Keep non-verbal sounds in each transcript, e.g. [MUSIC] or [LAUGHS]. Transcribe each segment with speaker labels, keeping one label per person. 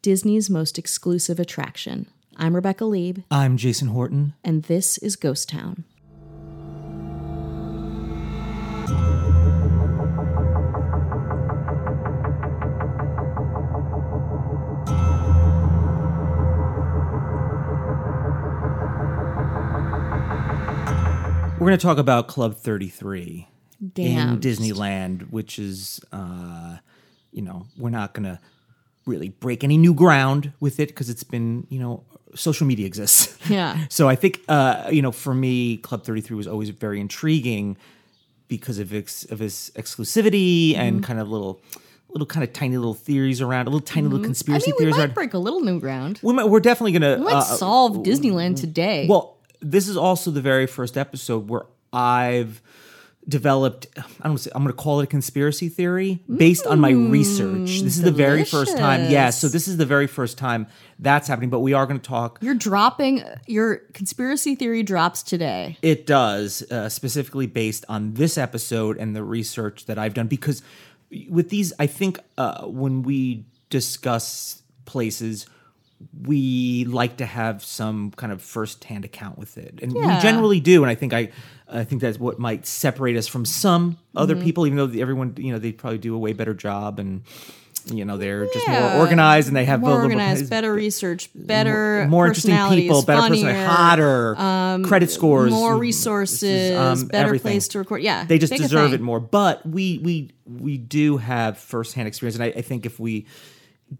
Speaker 1: Disney's most exclusive attraction. I'm Rebecca Lieb,
Speaker 2: I'm Jason Horton.
Speaker 1: and this is Ghost Town.
Speaker 2: We're going to talk about Club 33 in
Speaker 1: Damn.
Speaker 2: Disneyland, which is, uh, you know, we're not going to really break any new ground with it because it's been, you know, social media exists. [LAUGHS]
Speaker 1: Yeah.
Speaker 2: so I think, uh, you know, for me, Club 33 was always very intriguing because of its, of its exclusivity
Speaker 1: Mm-hmm.
Speaker 2: and kind of little, little kind of tiny little theories around, little tiny little
Speaker 1: Mm-hmm. I
Speaker 2: conspiracy
Speaker 1: mean, we
Speaker 2: theories
Speaker 1: might
Speaker 2: around.
Speaker 1: break a little new ground.
Speaker 2: We might, we're definitely uh, going to
Speaker 1: We might solve Disneyland today.
Speaker 2: well, this is also the very first episode where I've developed I don't wanna say I'm going to call it a conspiracy theory based on my research. This is the very first time. Yeah, so this is the very first time that's happening, but we are going to talk
Speaker 1: you're dropping your conspiracy theory drops today.
Speaker 2: it does uh, specifically based on this episode and the research that I've done because with these I think uh, when we discuss places we like to have some kind of firsthand account with it and
Speaker 1: Yeah.
Speaker 2: we generally do and I think I I think that's what might separate us from some other
Speaker 1: Mm-hmm.
Speaker 2: people even though the- everyone you know they probably do a way better job and you know they're just more
Speaker 1: Yeah.
Speaker 2: organized and they have a
Speaker 1: More
Speaker 2: little bit-
Speaker 1: organized, better research, better
Speaker 2: more interesting people,
Speaker 1: personalities, funnier,
Speaker 2: better
Speaker 1: um,
Speaker 2: personality, hotter, credit scores,
Speaker 1: more
Speaker 2: mm,
Speaker 1: resources,
Speaker 2: um,
Speaker 1: better
Speaker 2: everything.
Speaker 1: place to record. Yeah,
Speaker 2: they just
Speaker 1: make a
Speaker 2: deserve it
Speaker 1: thing.
Speaker 2: more. But we we we do have firsthand experience, and I, I think if we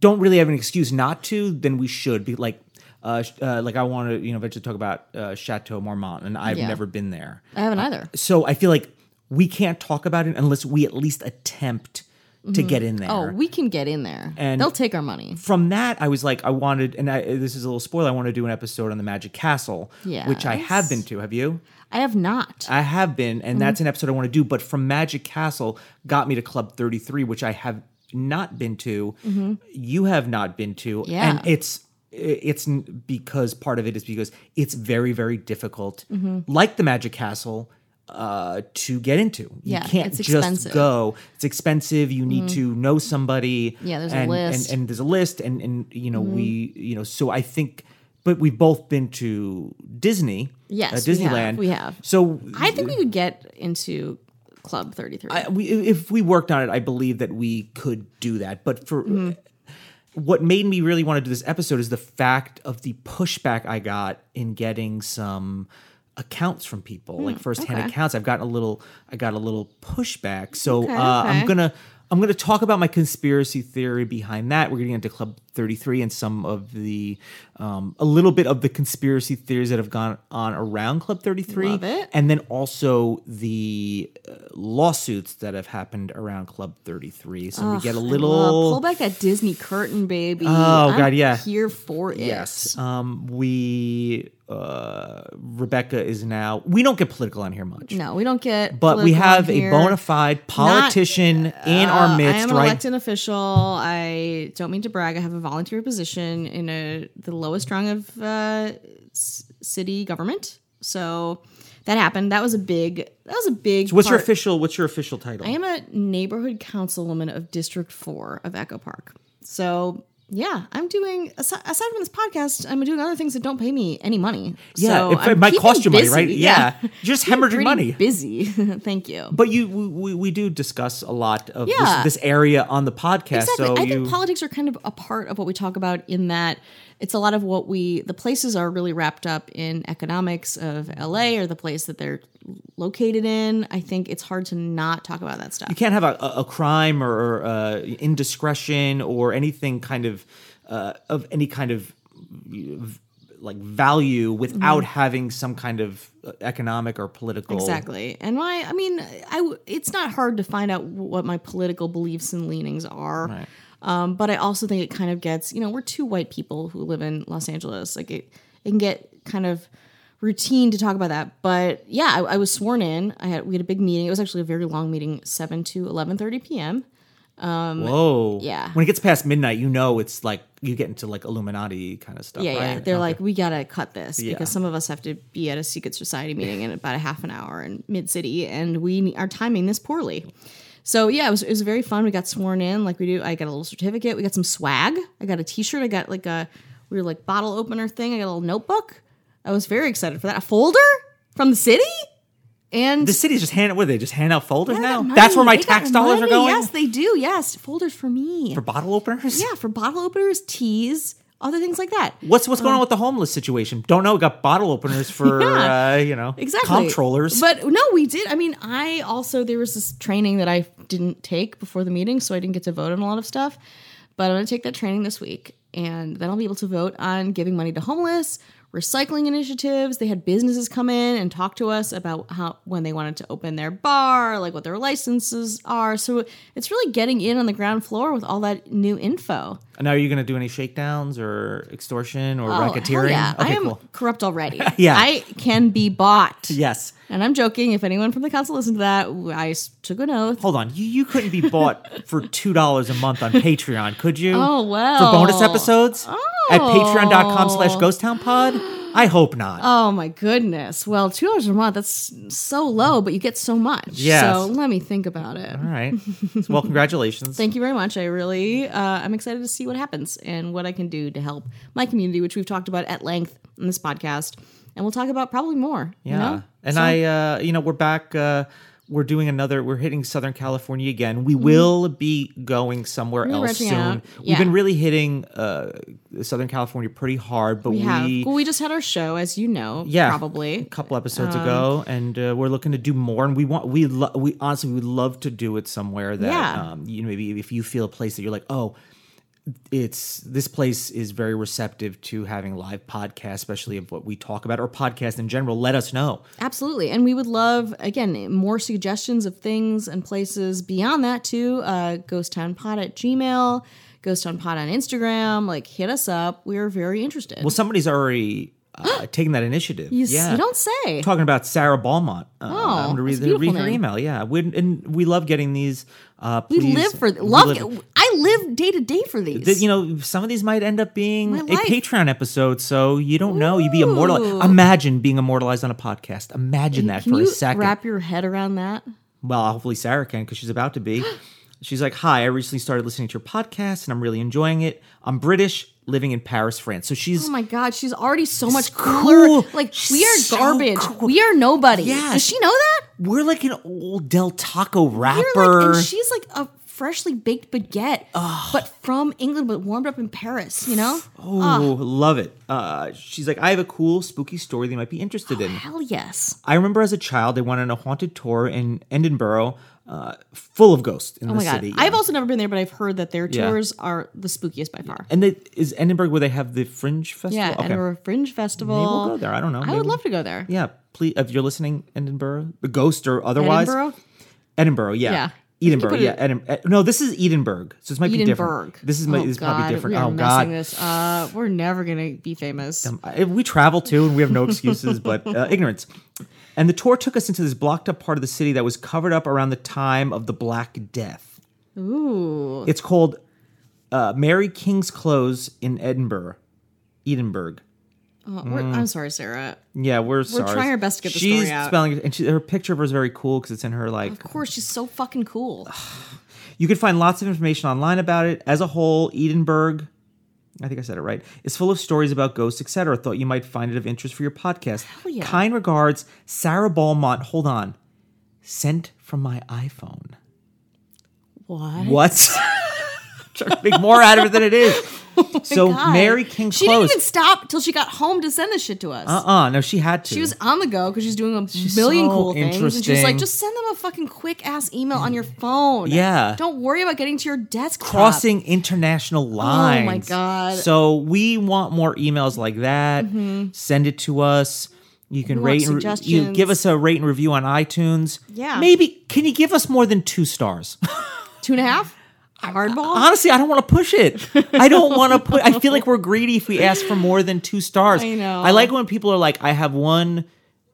Speaker 2: don't really have an excuse not to, then we should be like. Uh, sh- uh, like I want to, you know, eventually talk about uh, Chateau Marmont, and I've
Speaker 1: Yeah.
Speaker 2: never been there,
Speaker 1: I haven't either.
Speaker 2: so I feel like we can't talk about it unless we at least attempt to get in there.
Speaker 1: Oh, we can get in there.
Speaker 2: And-
Speaker 1: They'll take our money.
Speaker 2: from that, I was like, I wanted, and I, this is a little spoiler. I want to do an episode on the Magic Castle, which I have
Speaker 1: Yes.
Speaker 2: been to. Have you?
Speaker 1: I have not.
Speaker 2: I have been,
Speaker 1: Mm-hmm.
Speaker 2: and that's an episode I want to do. But from Magic Castle got me to Club 33, which I have not been to. You have not been to.
Speaker 1: Mm-hmm. Yeah.
Speaker 2: And it's it's n- because part of it is because it's very very difficult
Speaker 1: Mm-hmm.
Speaker 2: like the magic castle uh to get into you
Speaker 1: Yeah,
Speaker 2: can't
Speaker 1: it's
Speaker 2: just
Speaker 1: expensive. Mm-hmm.
Speaker 2: go it's expensive you need to know somebody
Speaker 1: Yeah, there's a
Speaker 2: and, and-
Speaker 1: list. Mm-hmm.
Speaker 2: and, there's a list and and you know we you know so i think but we've both been to disney
Speaker 1: Yes,
Speaker 2: uh,
Speaker 1: we have,
Speaker 2: disneyland
Speaker 1: we have.
Speaker 2: so
Speaker 1: I think we could get into Club 33.
Speaker 2: I- we, if we worked on it, I believe that we could do that. But for
Speaker 1: Mm-hmm.
Speaker 2: what made me really want to do this episode is the fact of the pushback I got in getting some accounts from people, like firsthand
Speaker 1: Hmm, okay.
Speaker 2: accounts. I've gotten a little, I got a little pushback. So
Speaker 1: Okay,
Speaker 2: uh, I'm
Speaker 1: okay.
Speaker 2: gonna. I'm going to talk about my conspiracy theory behind that. We're getting into Club 33 and some of the, um, a little bit of the conspiracy theories that have gone on around Club 33
Speaker 1: Love it.
Speaker 2: and then also the uh, lawsuits that have happened around Club 33. So we get a
Speaker 1: Love- pull
Speaker 2: little.
Speaker 1: back that Disney curtain, baby. Oh
Speaker 2: Oh. God, yeah.
Speaker 1: Here for it. Uh,
Speaker 2: Yes. Um, we, uh, Rebecca is now, we don't get political on here much,
Speaker 1: No, we don't get.
Speaker 2: but we
Speaker 1: political
Speaker 2: have a
Speaker 1: here.
Speaker 2: bona fide politician in
Speaker 1: Uh,
Speaker 2: our
Speaker 1: I am
Speaker 2: midst,
Speaker 1: an
Speaker 2: right?
Speaker 1: elected official. I don't mean to brag. I have a volunteer position in a the lowest rung of uh, s- city government. So that happened. That was a big. That was a big.
Speaker 2: what's your
Speaker 1: part-
Speaker 2: official, what's your official title?
Speaker 1: I am a neighborhood councilwoman of District Four of Echo Park. So yeah, I'm doing aside, aside from this podcast, I'm doing other things that don't pay me any money.
Speaker 2: yeah,
Speaker 1: so
Speaker 2: if- it,
Speaker 1: I'm
Speaker 2: might
Speaker 1: keeping
Speaker 2: cost you money,
Speaker 1: busy.
Speaker 2: right?
Speaker 1: [LAUGHS]
Speaker 2: Yeah, [LAUGHS] just hemorrhaging
Speaker 1: Pretty
Speaker 2: money.
Speaker 1: Busy. [LAUGHS] Thank you.
Speaker 2: But you, we, we, we do discuss a lot of
Speaker 1: Yeah.
Speaker 2: this, this area on the podcast.
Speaker 1: Exactly.
Speaker 2: So
Speaker 1: I
Speaker 2: you,
Speaker 1: think politics are kind of a part of what we talk about in that it's a lot of what we the places are really wrapped up in economics of LA or the place that they're located in. I think it's hard to not talk about that stuff.
Speaker 2: you can't have a, a a crime or, or uh, indiscretion or anything kind of uh, of any kind of v- like value without having some kind of uh, economic or political
Speaker 1: Mm-hmm. Exactly. And my I mean, I w- it's not hard to find out what my political beliefs and leanings are. Um, but I also think it kind of gets, you know, we're two white people who live in Los Angeles. Like it, it can get kind of routine to talk about that. But yeah, I, I was sworn in. I had we had a big meeting. It was actually a very long meeting, seven to eleven thirty p.m.
Speaker 2: Whoa!
Speaker 1: yeah.
Speaker 2: When it gets past midnight, you know it's like you get into like Illuminati kind of stuff.
Speaker 1: Yeah, yeah.
Speaker 2: right?
Speaker 1: They're
Speaker 2: Okay.
Speaker 1: like, we gotta cut this
Speaker 2: Yeah.
Speaker 1: because some of us have to be at a secret society meeting in about a half an hour in mid city, and we ne- are timing this poorly. So yeah, it was, it was very fun. We got sworn in like we do. I got a little certificate. We got some swag. I got a T-shirt. I got like a weird like bottle opener thing. I got a little notebook. I was very excited for that. A folder from the city. And
Speaker 2: The city's just hand. What do they just hand out folders
Speaker 1: They
Speaker 2: now?
Speaker 1: got
Speaker 2: That's where my
Speaker 1: money. They got
Speaker 2: tax dollars are
Speaker 1: money.
Speaker 2: going
Speaker 1: Yes, they do. Yes, folders for me.
Speaker 2: for bottle openers.
Speaker 1: yeah, for bottle openers, teas, other things like that.
Speaker 2: What's what's going
Speaker 1: Um,
Speaker 2: on with the homeless situation? Don't know. Got bottle openers
Speaker 1: [LAUGHS]
Speaker 2: for
Speaker 1: Yeah.
Speaker 2: uh, you know
Speaker 1: exactly
Speaker 2: comptrollers.
Speaker 1: But no, we did. I mean, I also there was this training that I didn't take before the meeting, so I didn't get to vote on a lot of stuff. But I'm going to take that training this week, and then I'll be able to vote on giving money to homeless, recycling initiatives. They had businesses come in and talk to us about how when they wanted to open their bar, like what their licenses are. So it's really getting in on the ground floor with all that new info.
Speaker 2: now, are you going to do any shakedowns or extortion or
Speaker 1: Oh, hell
Speaker 2: racketeering?
Speaker 1: yeah.
Speaker 2: Okay,
Speaker 1: I am
Speaker 2: cool.
Speaker 1: corrupt already.
Speaker 2: [LAUGHS] Yeah.
Speaker 1: I can be bought.
Speaker 2: Yes.
Speaker 1: And I'm joking. If anyone from the council listened to that, I s- took an oath.
Speaker 2: Hold on. You you couldn't be
Speaker 1: [LAUGHS]
Speaker 2: bought for two dollars a month on Patreon, could you?
Speaker 1: Oh well.
Speaker 2: For bonus episodes at
Speaker 1: Oh.
Speaker 2: patreon.com slash ghost town pod? I hope not.
Speaker 1: Oh my goodness. Well, two dollars a month—that's so low, but you get so much.
Speaker 2: Yes.
Speaker 1: So let me think about it.
Speaker 2: All right. So, well,
Speaker 1: [LAUGHS]
Speaker 2: congratulations.
Speaker 1: Thank you very much. I really, uh, I'm excited to see what happens and what I can do to help my community, which we've talked about at length in this podcast, and we'll talk about probably more. you
Speaker 2: Yeah.
Speaker 1: know?
Speaker 2: And I, uh, you know, we're back. Uh, we're doing another. We're hitting Southern California again. We will be going somewhere else
Speaker 1: branching
Speaker 2: soon.
Speaker 1: Mm-hmm. out.
Speaker 2: We've been
Speaker 1: Yeah.
Speaker 2: really hitting uh, Southern California pretty hard, but we,
Speaker 1: we have. well, we just had our show, as you know.
Speaker 2: yeah, a
Speaker 1: Probably. Um,
Speaker 2: couple episodes ago, and uh, we're looking to do more. And we want we lo- we honestly we would love to do it somewhere that
Speaker 1: Yeah.
Speaker 2: um, you know maybe if you feel a place that you're like oh. It's this place is very receptive to having live podcasts, especially of what we talk about or podcasts in general. Let us know.
Speaker 1: Absolutely. And we would love, again, more suggestions of things and places beyond that, too. Uh, ghostownpod at Gmail, ghostownpod on Instagram. Like, hit us up. We're very interested.
Speaker 2: Well, somebody's already
Speaker 1: [GASPS]
Speaker 2: uh, taking that initiative.
Speaker 1: you, s-
Speaker 2: yeah.
Speaker 1: you don't say.
Speaker 2: Talking about Sarah Balmont. Uh, I'm going to read,
Speaker 1: that's a
Speaker 2: read
Speaker 1: beautiful
Speaker 2: her
Speaker 1: name.
Speaker 2: email. Yeah. We, and we love getting these. Uh,
Speaker 1: we
Speaker 2: please,
Speaker 1: live for love.
Speaker 2: live-
Speaker 1: I live day to day for these.
Speaker 2: Th- you know, some of these might end up being
Speaker 1: My
Speaker 2: a
Speaker 1: life.
Speaker 2: Patreon episode, so you don't know. You'd be
Speaker 1: Ooh.
Speaker 2: immortalized. Imagine being immortalized on a podcast. Imagine that
Speaker 1: Can
Speaker 2: for
Speaker 1: you
Speaker 2: a second.
Speaker 1: wrap your head around that?
Speaker 2: well, hopefully Sarah can because she's about
Speaker 1: [GASPS]
Speaker 2: to be. She's like, Hi, I recently started listening to your podcast and I'm really enjoying it. I'm British, living in Paris, France. So she's
Speaker 1: Oh my God, she's already so much cooler.
Speaker 2: cool.
Speaker 1: Like,
Speaker 2: She's
Speaker 1: we are
Speaker 2: so
Speaker 1: garbage.
Speaker 2: cool.
Speaker 1: We are nobody.
Speaker 2: Yeah.
Speaker 1: Does she know that?
Speaker 2: We're like an old Del Taco
Speaker 1: You're
Speaker 2: rapper.
Speaker 1: like, and she's like a freshly baked baguette, but from England, but warmed up in Paris. You know?
Speaker 2: oh, love it. Uh, she's like, I have a cool, spooky story they might be interested in.
Speaker 1: Hell yes.
Speaker 2: I remember as a child, they went on a haunted tour in Edinburgh, uh, full of ghosts in
Speaker 1: Oh
Speaker 2: the
Speaker 1: my god.
Speaker 2: city.
Speaker 1: I've also never been there, but I've heard that their
Speaker 2: Yeah.
Speaker 1: tours are the spookiest by far.
Speaker 2: and they, is Edinburgh where they have the Fringe Festival?
Speaker 1: Yeah,
Speaker 2: okay.
Speaker 1: Edinburgh Fringe Festival.
Speaker 2: Maybe we'll go there. I don't know.
Speaker 1: I
Speaker 2: Maybe-
Speaker 1: would love to go there.
Speaker 2: Yeah, please. If you're listening, Edinburgh, the ghost or otherwise,
Speaker 1: Edinburgh.
Speaker 2: Edinburgh, yeah.
Speaker 1: Yeah.
Speaker 2: Edinburgh,
Speaker 1: You
Speaker 2: yeah,
Speaker 1: put
Speaker 2: Edinburgh. No, this is Edinburgh, so this might be
Speaker 1: Edinburgh.
Speaker 2: different. This is my,
Speaker 1: oh
Speaker 2: this is
Speaker 1: god,
Speaker 2: probably different.
Speaker 1: We are
Speaker 2: oh
Speaker 1: messing
Speaker 2: God,
Speaker 1: this up. We're never gonna be famous.
Speaker 2: I- we travel too and we have no excuses but uh,
Speaker 1: [LAUGHS]
Speaker 2: ignorance and the tour took us into this blocked up part of the city that was covered up around the time of the black death
Speaker 1: Ooh.
Speaker 2: it's called uh, mary king's close in edinburgh edinburgh
Speaker 1: Oh, we're-
Speaker 2: Mm.
Speaker 1: I'm sorry, Sarah.
Speaker 2: yeah we're sorry
Speaker 1: trying our best to get the
Speaker 2: she's
Speaker 1: story out.
Speaker 2: spelling and she, her picture of her is very cool because it's in her like
Speaker 1: Of course, she's so fucking cool.
Speaker 2: You can find lots of information online about it. As a whole, Edinburgh, I think I said it right, is full of stories about ghosts, etc. Thought you might find it of interest for your podcast.
Speaker 1: yeah.
Speaker 2: Kind regards, Sarah Balmont. Hold on. Sent from my iPhone.
Speaker 1: What? [LAUGHS]
Speaker 2: What? Trying to make more out of it than it is. so
Speaker 1: Oh God.
Speaker 2: Mary King
Speaker 1: She
Speaker 2: Close.
Speaker 1: didn't even stop till she got home to send this shit to us.
Speaker 2: uh-uh, no, she had to.
Speaker 1: She was on the go because she's doing a million
Speaker 2: so
Speaker 1: cool things. And she's
Speaker 2: interesting.
Speaker 1: like, just send them a fucking quick ass email on your phone.
Speaker 2: Yeah.
Speaker 1: Don't worry about getting to your desk.
Speaker 2: crossing international
Speaker 1: Oh
Speaker 2: lines.
Speaker 1: God. Mm-hmm.
Speaker 2: So we want more emails like that. Send it to us. You can
Speaker 1: want
Speaker 2: rate and re- you
Speaker 1: suggestions.
Speaker 2: give us a rate and review on iTunes.
Speaker 1: Yeah.
Speaker 2: Maybe can you give us more than 2 stars?
Speaker 1: Two and a half? Hardball?
Speaker 2: Honestly, I don't want to push
Speaker 1: [LAUGHS]
Speaker 2: it. I don't want to put I feel like we're greedy if we ask for more than 2 stars.
Speaker 1: I know.
Speaker 2: I like when people are like I have one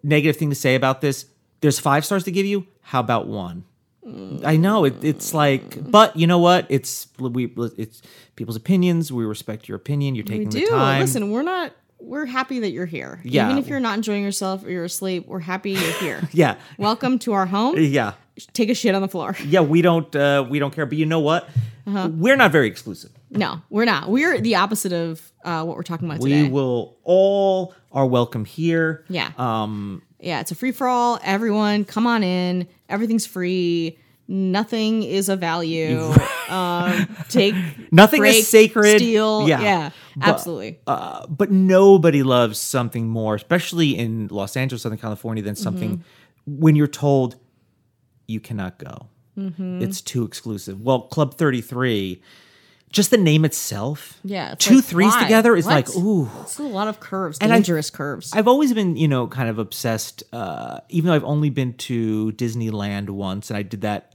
Speaker 2: negative thing to say about this. There's 5 stars to give you. How about one?
Speaker 1: Mm.
Speaker 2: I know it, it's like, but you know what? It's we it's people's opinions. We respect your opinion. You're
Speaker 1: we
Speaker 2: taking
Speaker 1: do.
Speaker 2: the time.
Speaker 1: Listen, we're not, we're happy that you're here.
Speaker 2: Yeah. [LAUGHS]
Speaker 1: Even if you're not enjoying yourself or you're asleep, we're happy you're here.
Speaker 2: yeah,
Speaker 1: Welcome to our home.
Speaker 2: yeah.
Speaker 1: take a shit on the floor.
Speaker 2: Yeah, we don't uh, we don't care. But you know what?
Speaker 1: Uh-huh.
Speaker 2: We're not very exclusive.
Speaker 1: No, we're not. We're the opposite of uh, what we're talking about
Speaker 2: We
Speaker 1: today.
Speaker 2: will all are welcome here.
Speaker 1: Yeah.
Speaker 2: Um,
Speaker 1: yeah, it's a free for all. Everyone, come on in. Everything's free. Nothing is of value. um, take
Speaker 2: Nothing is
Speaker 1: break,
Speaker 2: sacred.
Speaker 1: Steal.
Speaker 2: Yeah.
Speaker 1: Yeah,
Speaker 2: But-
Speaker 1: absolutely.
Speaker 2: uh, but nobody loves something more, especially in Los Angeles, Southern California, than
Speaker 1: Mm-hmm.
Speaker 2: something when you're told you cannot go.
Speaker 1: Mm-hmm.
Speaker 2: It's too exclusive. Well, Club 33, just the name itself,
Speaker 1: Yeah, it's
Speaker 2: two
Speaker 1: like,
Speaker 2: threes
Speaker 1: why?
Speaker 2: together is like,
Speaker 1: What?
Speaker 2: ooh.
Speaker 1: It's a lot of curves,
Speaker 2: I-
Speaker 1: dangerous curves.
Speaker 2: I've always been, you know, kind of obsessed. Uh, even though I've only been to Disneyland once, and I did that,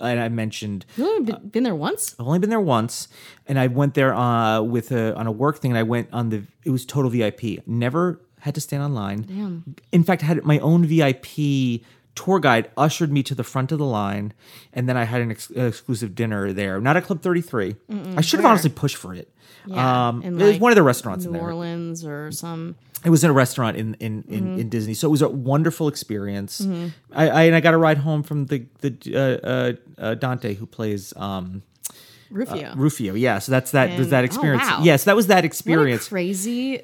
Speaker 2: and I mentioned
Speaker 1: You've only been, been there once.
Speaker 2: I've only been there once, and I went there uh, with a, on a work thing, and I went on the. It was total VIP. Never had to stand online. Damn. In fact, I had my own VIP tour guide ushered me to the front of the line, and then I had an ex- uh, exclusive dinner there. Not at Club Thirty Three. I should have honestly pushed for it.
Speaker 1: Yeah,
Speaker 2: um,
Speaker 1: in,
Speaker 2: it was
Speaker 1: like,
Speaker 2: one of the restaurants in
Speaker 1: New
Speaker 2: there.
Speaker 1: Orleans or some.
Speaker 2: It was in a restaurant in in, in,
Speaker 1: Mm-hmm.
Speaker 2: in Disney, so it was a wonderful experience. I, I and I got a ride home from the the uh, uh, uh, Dante who plays. Um,
Speaker 1: Rufio.
Speaker 2: Rufio, yeah. So that's that was
Speaker 1: And-
Speaker 2: that
Speaker 1: oh,
Speaker 2: experience.
Speaker 1: wow.
Speaker 2: Yes, that was that
Speaker 1: what a
Speaker 2: experience.
Speaker 1: crazy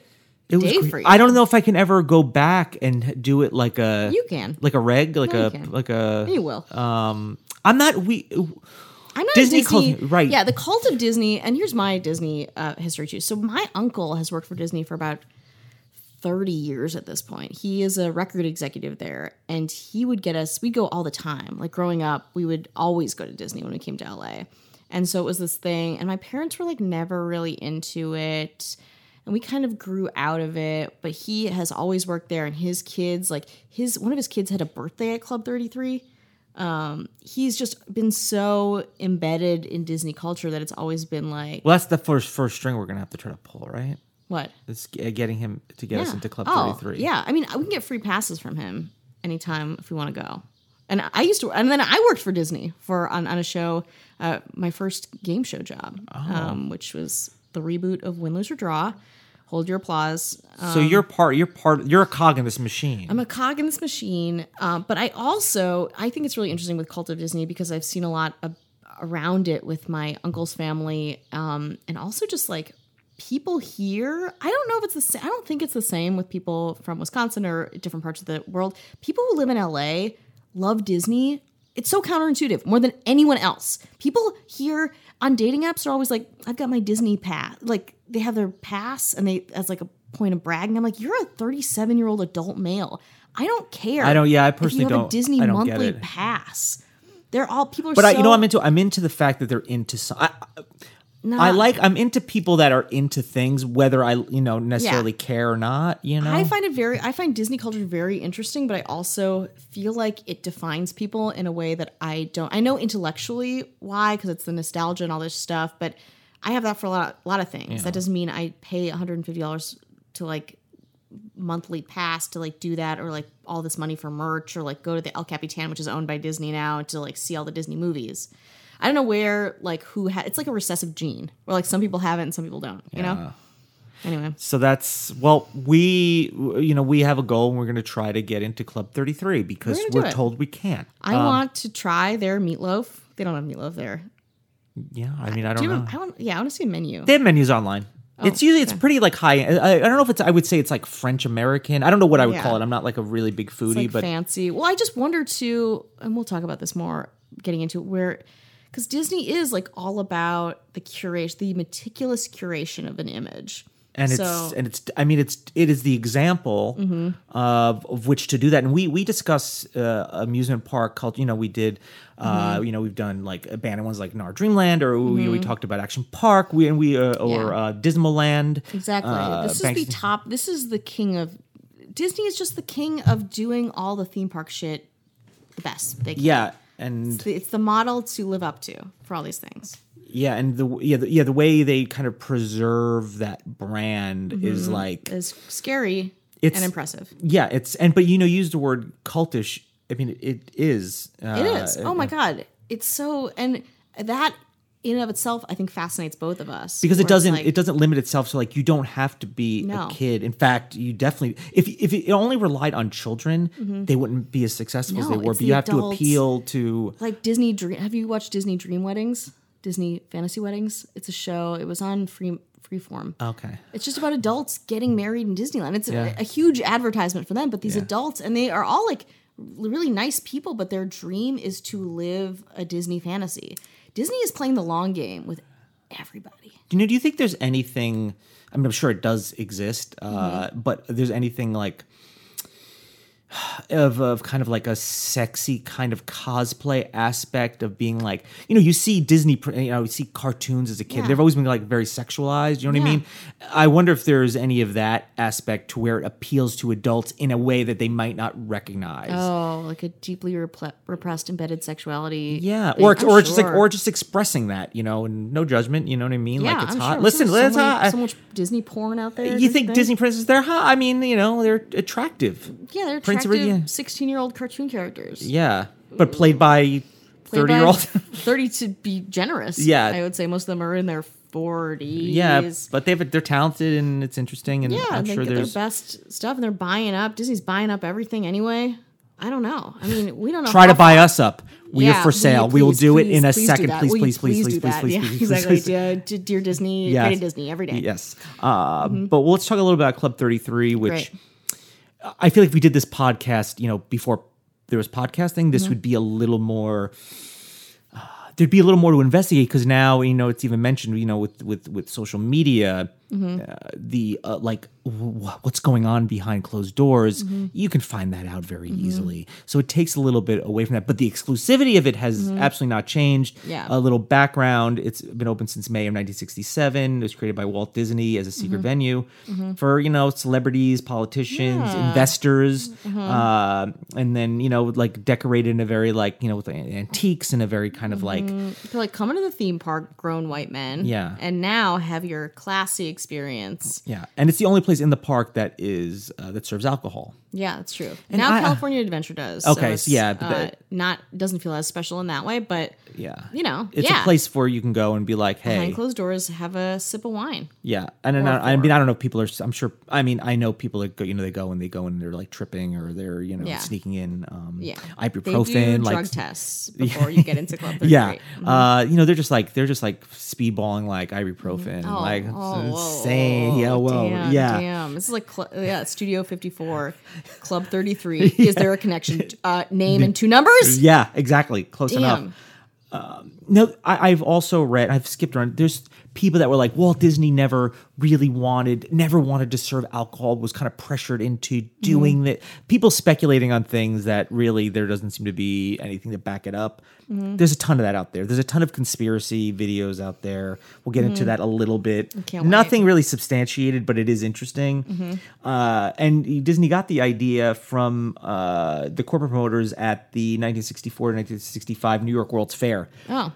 Speaker 2: it was
Speaker 1: day
Speaker 2: cra-
Speaker 1: for you.
Speaker 2: I don't know if I can ever go back and do it like a
Speaker 1: You can.
Speaker 2: like a reg, like
Speaker 1: No, you
Speaker 2: a
Speaker 1: can.
Speaker 2: like a.
Speaker 1: You will.
Speaker 2: Um, I'm not we.
Speaker 1: I'm not
Speaker 2: Disney
Speaker 1: a Disney
Speaker 2: cult- right.
Speaker 1: Yeah, the cult of Disney. And here's my Disney uh, history too. So my uncle has worked for Disney for about thirty years at this point. He is a record executive there, and he would get us. We'd go all the time. Like growing up, we would always go to Disney when we came to LA. And so it was this thing, and my parents were like never really into it. And we kind of grew out of it, but he has always worked there, and his kids, like his one of his kids had a birthday at Club 33 he's just been so embedded in Disney culture that it's always been like
Speaker 2: Well, that's the first first string we're gonna have to try to pull, right?
Speaker 1: what
Speaker 2: It's g- uh, getting him to get us into Club
Speaker 1: oh,
Speaker 2: Thirty Three.
Speaker 1: Yeah, I mean, we can get free passes from him anytime if we want to go. And I used to, and then I worked for Disney for on, on a show, uh, my first game show job,
Speaker 2: Oh.
Speaker 1: um, which was the reboot of Win, Lose or Draw. Hold your applause.
Speaker 2: So you're part. You're part. You're a cog in this machine.
Speaker 1: Um, I'm a cog in this machine, um, but I also I think it's really interesting with Cult of Disney because I've seen a lot of, around it with my uncle's family, um, and also just like people here. I don't know if it's the same. I don't think it's the same with people from Wisconsin or different parts of the world. People who live in LA love Disney. It's so counterintuitive more than anyone else. People here on dating apps are always like, I've got my Disney pass. Like they have their pass and they, as like a point of bragging, I'm like, you're a 37 year old adult male. I don't care.
Speaker 2: I don't- yeah, I
Speaker 1: if
Speaker 2: personally
Speaker 1: you have
Speaker 2: don't-
Speaker 1: a Disney
Speaker 2: I don't get
Speaker 1: monthly
Speaker 2: it.
Speaker 1: pass. They're all people are
Speaker 2: but
Speaker 1: so
Speaker 2: I, you know, I'm into. I'm into the fact that they're into. Some, I,
Speaker 1: not,
Speaker 2: I like. I'm into people that are into things, whether I you know necessarily care or not. You know,
Speaker 1: I find it very I find Disney culture very interesting, but I also feel like it defines people in a way that I don't I know intellectually why because it's the nostalgia and all this stuff, but I have that for a lot a lot of things. That doesn't mean I pay $150 to like monthly pass to like do that or like all this money for merch or like go to the El Capitan which is owned by Disney now to like see all the Disney movies. I don't know where like who had it's like a recessive gene where like some people have it and some people don't, you know. Anyway,
Speaker 2: So that's well, we you know we have a goal and we're going to try to get into Club Thirty Three because
Speaker 1: We're gonna
Speaker 2: we're,
Speaker 1: do it.
Speaker 2: told we can't.
Speaker 1: I want to try their meatloaf. They don't have meatloaf there.
Speaker 2: Yeah, I mean I don't
Speaker 1: Do you Oh,
Speaker 2: know.
Speaker 1: have, I want, yeah, I want to see a menu.
Speaker 2: Uh-huh. they have menus online. it's usually it's pretty like high. I, I don't know if it's. I would say it's like French American. I don't know what I would
Speaker 1: Yeah.
Speaker 2: call it. I'm not like a really big foodie,
Speaker 1: like
Speaker 2: but
Speaker 1: fancy. Well, I just wonder too, and we'll talk about this more getting into it, where because Disney is like all about the curation, the meticulous curation of an image.
Speaker 2: and it's
Speaker 1: so- Mm-hmm.
Speaker 2: and it's. I mean it's it is the example of of which to do that. And we we discuss uh, amusement park culture. You know we did. Uh,
Speaker 1: Mm-hmm.
Speaker 2: You know we've done like abandoned ones like NAR Dreamland, or we, we talked about Action Park. We and we uh, or
Speaker 1: Yeah.
Speaker 2: uh, Dismal Land.
Speaker 1: Exactly.
Speaker 2: Uh,
Speaker 1: this is the
Speaker 2: Banksy-
Speaker 1: top. This is the king of Disney. Is just the king of doing all the theme park shit the best. They can.
Speaker 2: Yeah, and
Speaker 1: It's the model to live up to for all these things.
Speaker 2: yeah, and the yeah, the, yeah, the way they kind of preserve that brand is
Speaker 1: Mm-hmm.
Speaker 2: like
Speaker 1: It's scary
Speaker 2: It's-
Speaker 1: and impressive.
Speaker 2: yeah, it's and but you know, you use the word cultish. I mean, it is. Uh,
Speaker 1: It is. oh my god, it's so and that in and of itself, I think fascinates both of us
Speaker 2: because
Speaker 1: where
Speaker 2: it
Speaker 1: it's
Speaker 2: doesn't
Speaker 1: like-
Speaker 2: it doesn't limit itself to like you don't have to be
Speaker 1: No.
Speaker 2: a kid. In fact, you definitely if if it only relied on children, they wouldn't be as successful as
Speaker 1: Mm-hmm. No,
Speaker 2: they were.
Speaker 1: it's
Speaker 2: But
Speaker 1: the
Speaker 2: you have
Speaker 1: adults.
Speaker 2: to appeal to
Speaker 1: like Disney Dream. Have you watched Disney Dream Weddings? Disney Fantasy Weddings. It's a show. It was on free Freeform.
Speaker 2: okay.
Speaker 1: It's just about adults getting married in Disneyland. It's
Speaker 2: Uh, Yeah.
Speaker 1: a, a huge advertisement for them, but these
Speaker 2: Yeah.
Speaker 1: adults and they are all like really nice people, but their dream is to live a Disney fantasy. Disney is playing the long game with everybody.
Speaker 2: Do you know? Do you think there's anything? I mean, I'm sure it does exist, uh,
Speaker 1: Mm-hmm.
Speaker 2: but there's anything like of of kind of like a sexy kind of cosplay aspect of being like you know you see Disney pr- you know you see cartoons as a kid
Speaker 1: Yeah.
Speaker 2: they've always been like very sexualized you know what
Speaker 1: Yeah.
Speaker 2: I mean I wonder if there's any of that aspect to where it appeals to adults in a way that they might not recognize
Speaker 1: Oh, like a deeply repl- repressed embedded sexuality.
Speaker 2: yeah,
Speaker 1: thing.
Speaker 2: or
Speaker 1: I'm
Speaker 2: or just like
Speaker 1: sure.
Speaker 2: or just expressing that, you know, and no judgment, you know what I mean?
Speaker 1: yeah,
Speaker 2: like it's
Speaker 1: I'm
Speaker 2: hot.
Speaker 1: sure.
Speaker 2: Listen,
Speaker 1: There's
Speaker 2: it's
Speaker 1: so, many-
Speaker 2: hot.
Speaker 1: so much Disney porn out there.
Speaker 2: you
Speaker 1: don't
Speaker 2: think Disney princesses? They're hot. I mean, you know, they're attractive.
Speaker 1: Yeah, they're
Speaker 2: Prince of
Speaker 1: attractive
Speaker 2: India.
Speaker 1: sixteen-year-old cartoon characters.
Speaker 2: Yeah, but played by thirty-year-old.
Speaker 1: [LAUGHS] thirty to be generous.
Speaker 2: Yeah.
Speaker 1: I would say most of them are in their forties.
Speaker 2: yeah, but they've they're talented and it's interesting, and
Speaker 1: yeah,
Speaker 2: I'm
Speaker 1: they
Speaker 2: sure
Speaker 1: get their
Speaker 2: there's
Speaker 1: best stuff, and they're buying up. Disney's buying up everything anyway. I don't know. I mean, we don't know.
Speaker 2: try
Speaker 1: how
Speaker 2: to buy us up. We
Speaker 1: Yeah,
Speaker 2: are for
Speaker 1: will
Speaker 2: sale.
Speaker 1: you
Speaker 2: we will
Speaker 1: please,
Speaker 2: do it in a
Speaker 1: please, please do
Speaker 2: second.
Speaker 1: that?
Speaker 2: Please,
Speaker 1: Will you
Speaker 2: please, please,
Speaker 1: do
Speaker 2: please,
Speaker 1: that?
Speaker 2: please,
Speaker 1: Yeah,
Speaker 2: please,
Speaker 1: exactly.
Speaker 2: please.
Speaker 1: Dear, dear Disney,
Speaker 2: Yes.
Speaker 1: pray to Disney every day.
Speaker 2: Yes. Uh, But well, let's talk a little about Club 33, which
Speaker 1: Mm-hmm. Great.
Speaker 2: I feel like if we did this podcast, you know, before there was podcasting,
Speaker 1: Mm-hmm.
Speaker 2: this would be a little more. uh, There'd be a little more to investigate because now you know it's even mentioned you know with with with social media,
Speaker 1: Mm-hmm.
Speaker 2: uh, the uh, like w- what's going on behind closed doors.
Speaker 1: Mm-hmm.
Speaker 2: You can find that out very easily. So it takes a little bit away from that, but the exclusivity of it has absolutely not changed.
Speaker 1: Mm-hmm. Yeah.
Speaker 2: A little background: It's been open since May of 1967. It was created by Walt Disney as a secret
Speaker 1: Mm-hmm.
Speaker 2: venue for you know celebrities, politicians,
Speaker 1: Yeah. Mm-hmm.
Speaker 2: investors, uh, and then you know like decorated in a very like you know with antiques and a very kind of like
Speaker 1: They're like coming to the theme park, grown white men.
Speaker 2: Yeah.
Speaker 1: and now have your classy experience.
Speaker 2: yeah. And it's the only place in the park that is uh, that serves alcohol.
Speaker 1: Yeah, that's true. now
Speaker 2: I-
Speaker 1: California Adventure does.
Speaker 2: Okay,
Speaker 1: it's,
Speaker 2: so yeah, but
Speaker 1: uh,
Speaker 2: that-
Speaker 1: not doesn't feel as special in that way, but
Speaker 2: Yeah.
Speaker 1: you know,
Speaker 2: It's
Speaker 1: yeah.
Speaker 2: a place where you can go and be like, hey,
Speaker 1: behind closed doors. Have a sip of wine.
Speaker 2: Yeah, and I, don't- I mean, I don't know if people are. I'm sure. I mean, I know people that go. You know, they go and they go and they're like tripping or they're you know
Speaker 1: Yeah.
Speaker 2: sneaking in um,
Speaker 1: Yeah, They do
Speaker 2: ibuprofen, like
Speaker 1: drug
Speaker 2: [LAUGHS]
Speaker 1: tests before you get into club. 33.
Speaker 2: yeah.
Speaker 1: Mm-hmm.
Speaker 2: Uh, you know, they're just like they're just like speedballing like ibuprofen,
Speaker 1: Oh,
Speaker 2: like it's
Speaker 1: oh, whoa,
Speaker 2: insane.
Speaker 1: whoa,
Speaker 2: yeah, whoa,
Speaker 1: damn,
Speaker 2: yeah.
Speaker 1: damn. This is like cl- yeah, Studio Fifty Four, Club Thirty
Speaker 2: [LAUGHS]
Speaker 1: Three. Is there a connection? Uh, name and two numbers.
Speaker 2: Yeah, exactly. Close enough. Um,
Speaker 1: Damn.
Speaker 2: No, I, I've also read. I've skipped around. There's people that were like Walt Disney never really wanted, never wanted to serve alcohol. Was kind of pressured into doing
Speaker 1: Mm-hmm.
Speaker 2: that. People speculating on things that really there doesn't seem to be anything to back it up.
Speaker 1: Mm-hmm.
Speaker 2: There's a ton of that out there. There's a ton of conspiracy videos out there. We'll get
Speaker 1: Mm-hmm.
Speaker 2: into that a little bit.
Speaker 1: can't wait. Mm-hmm.
Speaker 2: Nothing really substantiated, but it is interesting. Uh, and Disney got the idea from uh, the corporate promoters at the 1964 to 1965 New York World's Fair
Speaker 1: Oh,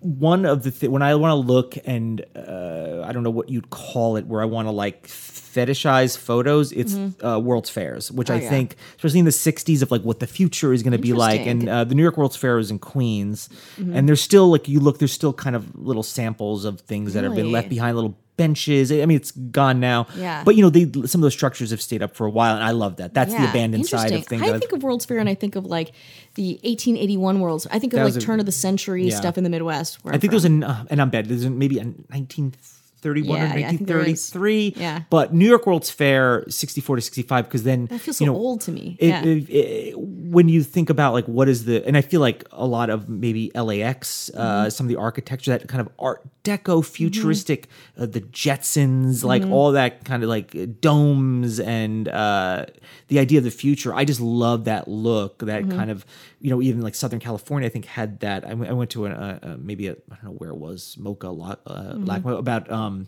Speaker 2: one of the thi- when I want to look and uh, I don't know what you'd call it, where I want to like fetishize photos, it's uh, World's Fairs, which I
Speaker 1: Mm-hmm. Oh, yeah.
Speaker 2: think, especially in the '60s, of like what the future is going to be like. And uh, the New York World's Fair is in Queens,
Speaker 1: Mm-hmm.
Speaker 2: and there's still like you look, there's still kind of little samples of things that have been
Speaker 1: Really?
Speaker 2: left behind, little benches. I mean, it's gone now,
Speaker 1: Yeah.
Speaker 2: But you know, they some of those structures have stayed up for a while, and I love that. That's the
Speaker 1: yeah.
Speaker 2: abandoned side of
Speaker 1: Interesting.
Speaker 2: things.
Speaker 1: I
Speaker 2: that I've-
Speaker 1: think of World's Fair and I think of like the 1881 World's. I think of
Speaker 2: That
Speaker 1: like
Speaker 2: was a-
Speaker 1: turn of the century
Speaker 2: yeah.
Speaker 1: stuff in the Midwest. Where
Speaker 2: I think there's an uh, and I'm bad. There's an- maybe a 1931
Speaker 1: Yeah,
Speaker 2: or
Speaker 1: yeah, I think there is.
Speaker 2: 1933.
Speaker 1: Yeah.
Speaker 2: But New York World's Fair 64 to 65 because then
Speaker 1: that feels so
Speaker 2: you know,
Speaker 1: old to me.
Speaker 2: It,
Speaker 1: yeah.
Speaker 2: it- it- when you think about like what is the and I feel like a lot of maybe LAX, uh, some of the architecture that kind of Art Deco, futuristic, uh, the Jetsons, like all that kind of like domes and uh, the idea of the future. I just love that look. That kind of you know even like Southern California, I think had that. I went- I went to an, uh, uh, maybe a, I don't know where it was Mocha La- uh, Lacmo about. um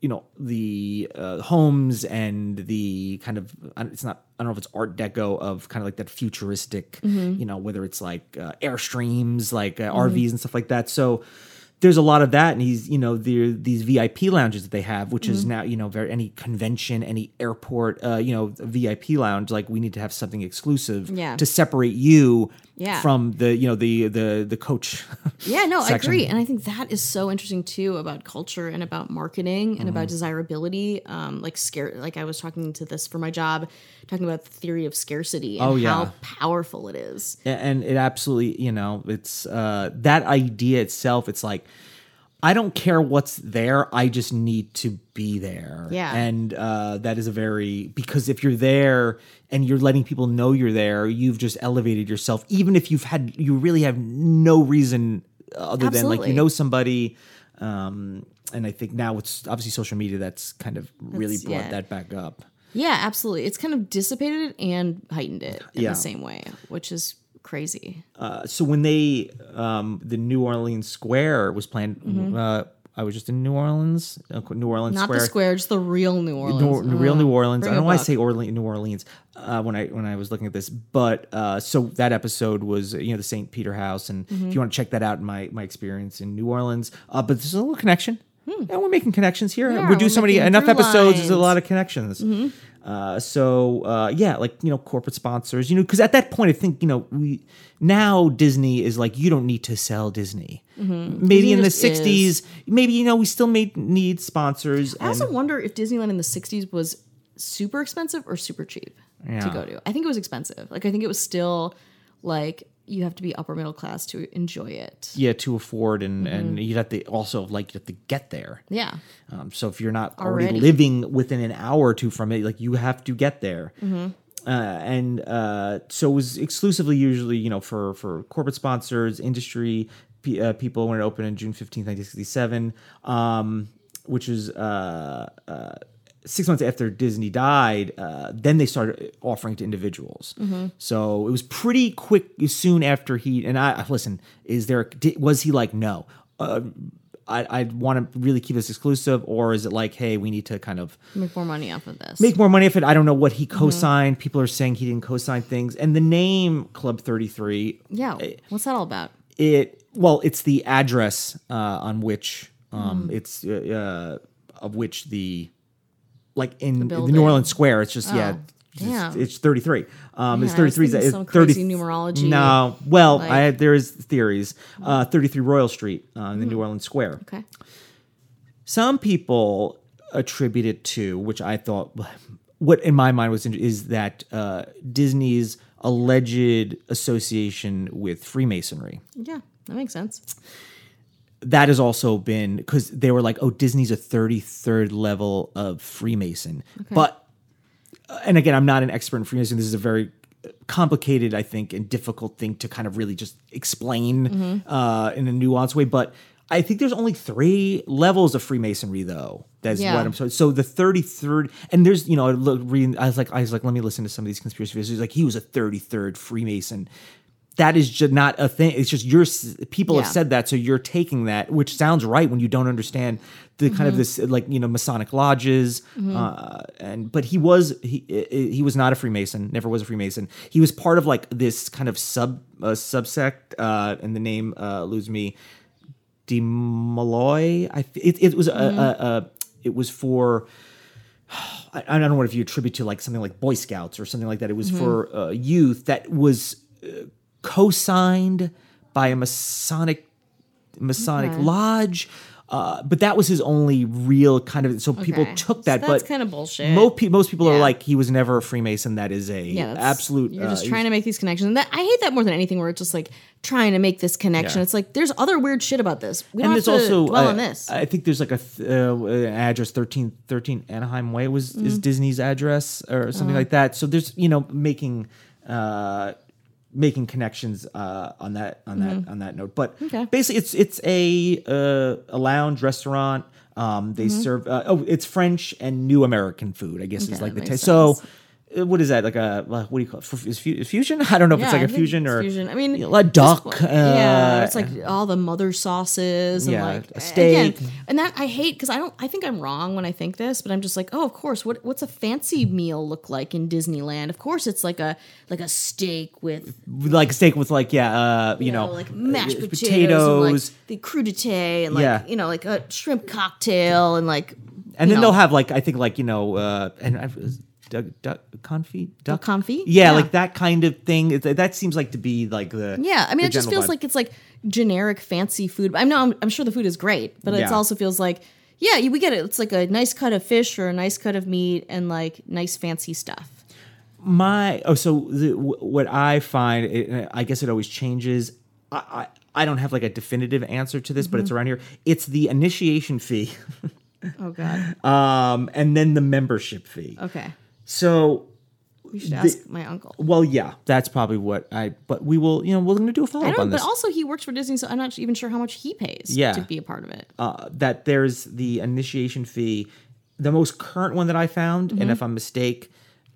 Speaker 2: you know the uh, homes and the kind of I don't- it's not I don't know if it's Art Deco of kind of like that futuristic,
Speaker 1: Mm-hmm.
Speaker 2: you know, whether it's like uh, airstreams, like uh, RVs and stuff like that. So there's a lot of that, and he's you know the these VIP lounges that they have, which
Speaker 1: Mm-hmm.
Speaker 2: is now you know very any convention, any airport, uh, you know VIP lounge, like we need to have something exclusive
Speaker 1: Yeah.
Speaker 2: to separate you
Speaker 1: Yeah.
Speaker 2: from the you know the the the coach [LAUGHS]
Speaker 1: Yeah, no, I
Speaker 2: section.
Speaker 1: agree. And I think that is so interesting too about culture and about marketing and
Speaker 2: Mm-hmm.
Speaker 1: about desirability. Um, like scare like I was talking to this for my job, talking about the theory of scarcity and
Speaker 2: Oh, yeah.
Speaker 1: how powerful it is.
Speaker 2: and it absolutely you know it's uh that idea itself it's like i don't care what's there i just need to be there
Speaker 1: Yeah.
Speaker 2: and uh that is a very because if you're there and you're letting people know you're there you've just elevated yourself even if you've had you really have no reason other than like you
Speaker 1: Absolutely.
Speaker 2: know somebody um and i think now it's obviously social media that's kind of really
Speaker 1: That's-
Speaker 2: brought
Speaker 1: yeah.
Speaker 2: that back up
Speaker 1: Yeah, absolutely. It's kind of dissipated it and heightened it in
Speaker 2: Yeah.
Speaker 1: the same way, which is crazy.
Speaker 2: Uh, so when they um the New Orleans Square was planned, uh, I was just in New Orleans, uh, New Orleans
Speaker 1: Mm-hmm. Not
Speaker 2: Square.
Speaker 1: the square, just the real New Orleans. Mm.
Speaker 2: Nor- real New Orleans. I
Speaker 1: bring
Speaker 2: don't
Speaker 1: a
Speaker 2: want to
Speaker 1: book.
Speaker 2: say Orle- New Orleans uh, when I when I was looking at this, but uh, so that episode was you know the St. Peter House, and
Speaker 1: Mm-hmm.
Speaker 2: if you want to check that out, my my experience in New Orleans. Uh, but there's a little connection. And we're making connections here.
Speaker 1: Hmm. Yeah,
Speaker 2: we do
Speaker 1: we're
Speaker 2: so many
Speaker 1: making
Speaker 2: enough
Speaker 1: through
Speaker 2: episodes. There's a
Speaker 1: lines. Mm-hmm.
Speaker 2: lot of connections. Uh, so uh, yeah, like you know, corporate sponsors. You know, because at that point, I think you know we now Disney is like you don't need to sell Disney. Maybe
Speaker 1: Mm-hmm. Disney
Speaker 2: in the
Speaker 1: just is.
Speaker 2: '60s, maybe you know we still may need sponsors.
Speaker 1: I
Speaker 2: and-
Speaker 1: also wonder if Disneyland in the 60s was super expensive or super cheap to
Speaker 2: Yeah.
Speaker 1: go to. I think it was expensive. Like, I think it was still like you have to be upper middle class to enjoy it.
Speaker 2: yeah to afford and and you'd have to also like you have to get there
Speaker 1: Yeah.
Speaker 2: um, so if you're not already,
Speaker 1: Already.
Speaker 2: living within an hour or two from it like you have to get there uh, and uh, so it was exclusively usually you know for for corporate sponsors industry pe uh, people when it opened in june 15th 1967 um, which is uh, uh, six months after disney died uh, then they started offering to individuals so it was pretty quick soon after he and i listen is there di- was he like no uh, I, I want to really keep this exclusive, or is it like, hey, we need to kind of
Speaker 1: Make more money off of this.
Speaker 2: make more money off it? I don't know what he
Speaker 1: Mm-hmm.
Speaker 2: co-signed. People are saying he didn't co-sign things, and the name Club Thirty Three,
Speaker 1: yeah. What's that all about?
Speaker 2: it well, it's the address uh, on which um,
Speaker 1: Mm-hmm.
Speaker 2: it's uh, uh, of which the like in the,
Speaker 1: building. Oh,
Speaker 2: New Orleans Square, it's just yeah. It's,
Speaker 1: damn.
Speaker 2: it's 33. Um, it's
Speaker 1: Man, I was
Speaker 2: 33.
Speaker 1: thinking
Speaker 2: it's
Speaker 1: some
Speaker 2: 30
Speaker 1: crazy numerology,
Speaker 2: No, well,
Speaker 1: like- Mm-hmm.
Speaker 2: I, there is theories. Uh, 33 Royal Street uh, in the New Orleans Square.
Speaker 1: Okay.
Speaker 2: some people attribute it to, which I thought, what in my mind was, int- is that uh, Disney's alleged association with Freemasonry.
Speaker 1: Yeah. That makes sense.
Speaker 2: That has also been because they were like, oh, Disney's a 33rd level of Freemason. But, uh, and again, I'm not an expert in Freemason. This is a very uh, complicated, I think, and difficult thing to kind of really just explain uh, in a nuanced way. But I think there's only three levels of Freemasonry, though. That's
Speaker 1: Yeah.
Speaker 2: what I'm so, so the 33rd, and there's, you know, I, look, reading, I was like, I was like, let me listen to some of these conspiracy theories. He's Like, he was a 33rd Freemason. That is just not a thing. It's just your people have
Speaker 1: Yeah.
Speaker 2: said that, so you're taking that, which sounds right when you don't understand the kind of this like you know Masonic lodges, uh, and but he was he he he was not a Freemason, never was a Freemason. He was part of like this kind of sub uh, subsect, uh, and the name uh, lose me, De Malloy. I th- it, it was a,
Speaker 1: Mm-hmm.
Speaker 2: a, a it was for. [SIGHS] I, I don't know if you attribute to like something like Boy Scouts or something like that. It was
Speaker 1: Mm-hmm.
Speaker 2: for uh, youth that was uh, co-signed by a Masonic Masonic
Speaker 1: Okay.
Speaker 2: lodge, uh, but that was his only real kind of. So people
Speaker 1: Okay.
Speaker 2: took
Speaker 1: So
Speaker 2: that,
Speaker 1: that's
Speaker 2: but
Speaker 1: kind of bullshit.
Speaker 2: mo- pe- most people are
Speaker 1: Yeah.
Speaker 2: like he was never a Freemason. That is a
Speaker 1: yeah, that's,
Speaker 2: absolute.
Speaker 1: You're
Speaker 2: uh,
Speaker 1: just
Speaker 2: he's-
Speaker 1: trying to make these connections. And that I hate that more than anything. Where it's just like trying to make this connection.
Speaker 2: Yeah.
Speaker 1: It's like there's other weird shit about this. We don't
Speaker 2: and
Speaker 1: have
Speaker 2: there's
Speaker 1: to
Speaker 2: also
Speaker 1: dwell
Speaker 2: uh,
Speaker 1: on this.
Speaker 2: I think there's like a th- uh, an address 13, 13 Anaheim Way was is
Speaker 1: Mm-hmm.
Speaker 2: Disney's address or something like
Speaker 1: Uh-huh.
Speaker 2: that. So there's you know making uh, making connections uh, on that on that on that note. But
Speaker 1: Mm-hmm. Okay.
Speaker 2: basically, it's it's a uh, a lounge restaurant. Um, they serve uh, oh it's French and New American food. I guess is
Speaker 1: Mm-hmm. Okay,
Speaker 2: like the
Speaker 1: that
Speaker 2: ta-
Speaker 1: makes
Speaker 2: so. uh, What is that like a uh, what do you call it? F- is fu- fusion? [LAUGHS] I don't know if it's
Speaker 1: Yeah,
Speaker 2: like
Speaker 1: I
Speaker 2: a
Speaker 1: think
Speaker 2: fusion
Speaker 1: it's
Speaker 2: or
Speaker 1: fusion. I mean,
Speaker 2: a duck.
Speaker 1: just- yeah,
Speaker 2: uh,
Speaker 1: it's like all the mother sauces and
Speaker 2: Yeah,
Speaker 1: like
Speaker 2: a steak.
Speaker 1: again, and that I hate because I don't. I think I'm wrong when I think this, but I'm just like, oh, of course. What what's a fancy meal look like in Disneyland? Of course, it's like a like a steak with
Speaker 2: like steak with like yeah uh you,
Speaker 1: you
Speaker 2: know,
Speaker 1: know, like mashed
Speaker 2: uh,
Speaker 1: potatoes, and like the crudité, and like
Speaker 2: Yeah.
Speaker 1: you know, like a shrimp cocktail, and like
Speaker 2: and then
Speaker 1: you know.
Speaker 2: they'll have like i think like you know uh and I've, duck, duck, confit,
Speaker 1: Feel
Speaker 2: duck,
Speaker 1: comfy.
Speaker 2: yeah, like that kind of thing. It- That seems like to be like the
Speaker 1: Yeah, I mean,
Speaker 2: the
Speaker 1: it just
Speaker 2: general
Speaker 1: feels
Speaker 2: vibe.
Speaker 1: like it's like generic fancy food. I'm not. I'm, I'm sure the food is great, but it
Speaker 2: Yeah.
Speaker 1: also feels like yeah, you- we get it. It's like a nice cut of fish or a nice cut of meat and like nice fancy stuff.
Speaker 2: my oh so the, wh- what i find it, i guess it always changes I, I i don't have like a definitive answer to this but
Speaker 1: Mm-hmm.
Speaker 2: it's around here it's the initiation fee [LAUGHS]
Speaker 1: Oh God.
Speaker 2: um and then the membership fee
Speaker 1: Okay,
Speaker 2: so
Speaker 1: we should ask my uncle.
Speaker 2: well yeah that's probably what i but we will you know we're gonna do
Speaker 1: I
Speaker 2: a follow-up on
Speaker 1: don't.
Speaker 2: this
Speaker 1: But also, he works for Disney, so I'm not even sure how much he pays
Speaker 2: Yeah.
Speaker 1: to be a part of it.
Speaker 2: uh, that there's the initiation fee the most current one that i found
Speaker 1: Mm-hmm.
Speaker 2: and if i'm mistake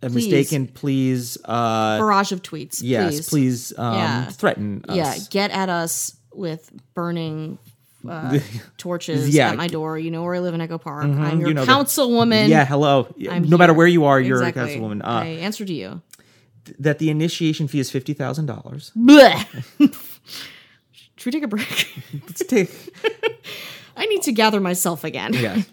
Speaker 2: uh, mistaken please uh
Speaker 1: Barrage of tweets.
Speaker 2: yes
Speaker 1: please.
Speaker 2: please, um
Speaker 1: Yeah.
Speaker 2: threaten us [LAUGHS]
Speaker 1: Yeah, get at us with burning. Uh, torches
Speaker 2: Yeah. Mm-hmm.
Speaker 1: at my door. You know where I live in Echo Park. I'm your
Speaker 2: you know the-
Speaker 1: councilwoman.
Speaker 2: Yeah, hello. Yeah,
Speaker 1: I'm
Speaker 2: no matter
Speaker 1: here.
Speaker 2: where you are, you're
Speaker 1: exactly.
Speaker 2: a councilwoman. Uh,
Speaker 1: I answer to you.
Speaker 2: th- that the initiation fee is fifty thousand
Speaker 1: [LAUGHS]
Speaker 2: dollars. [LAUGHS]
Speaker 1: Blech. [LAUGHS] Should we take a break? [LAUGHS]
Speaker 2: Let's take.
Speaker 1: I need to gather myself again. [LAUGHS]
Speaker 2: yes.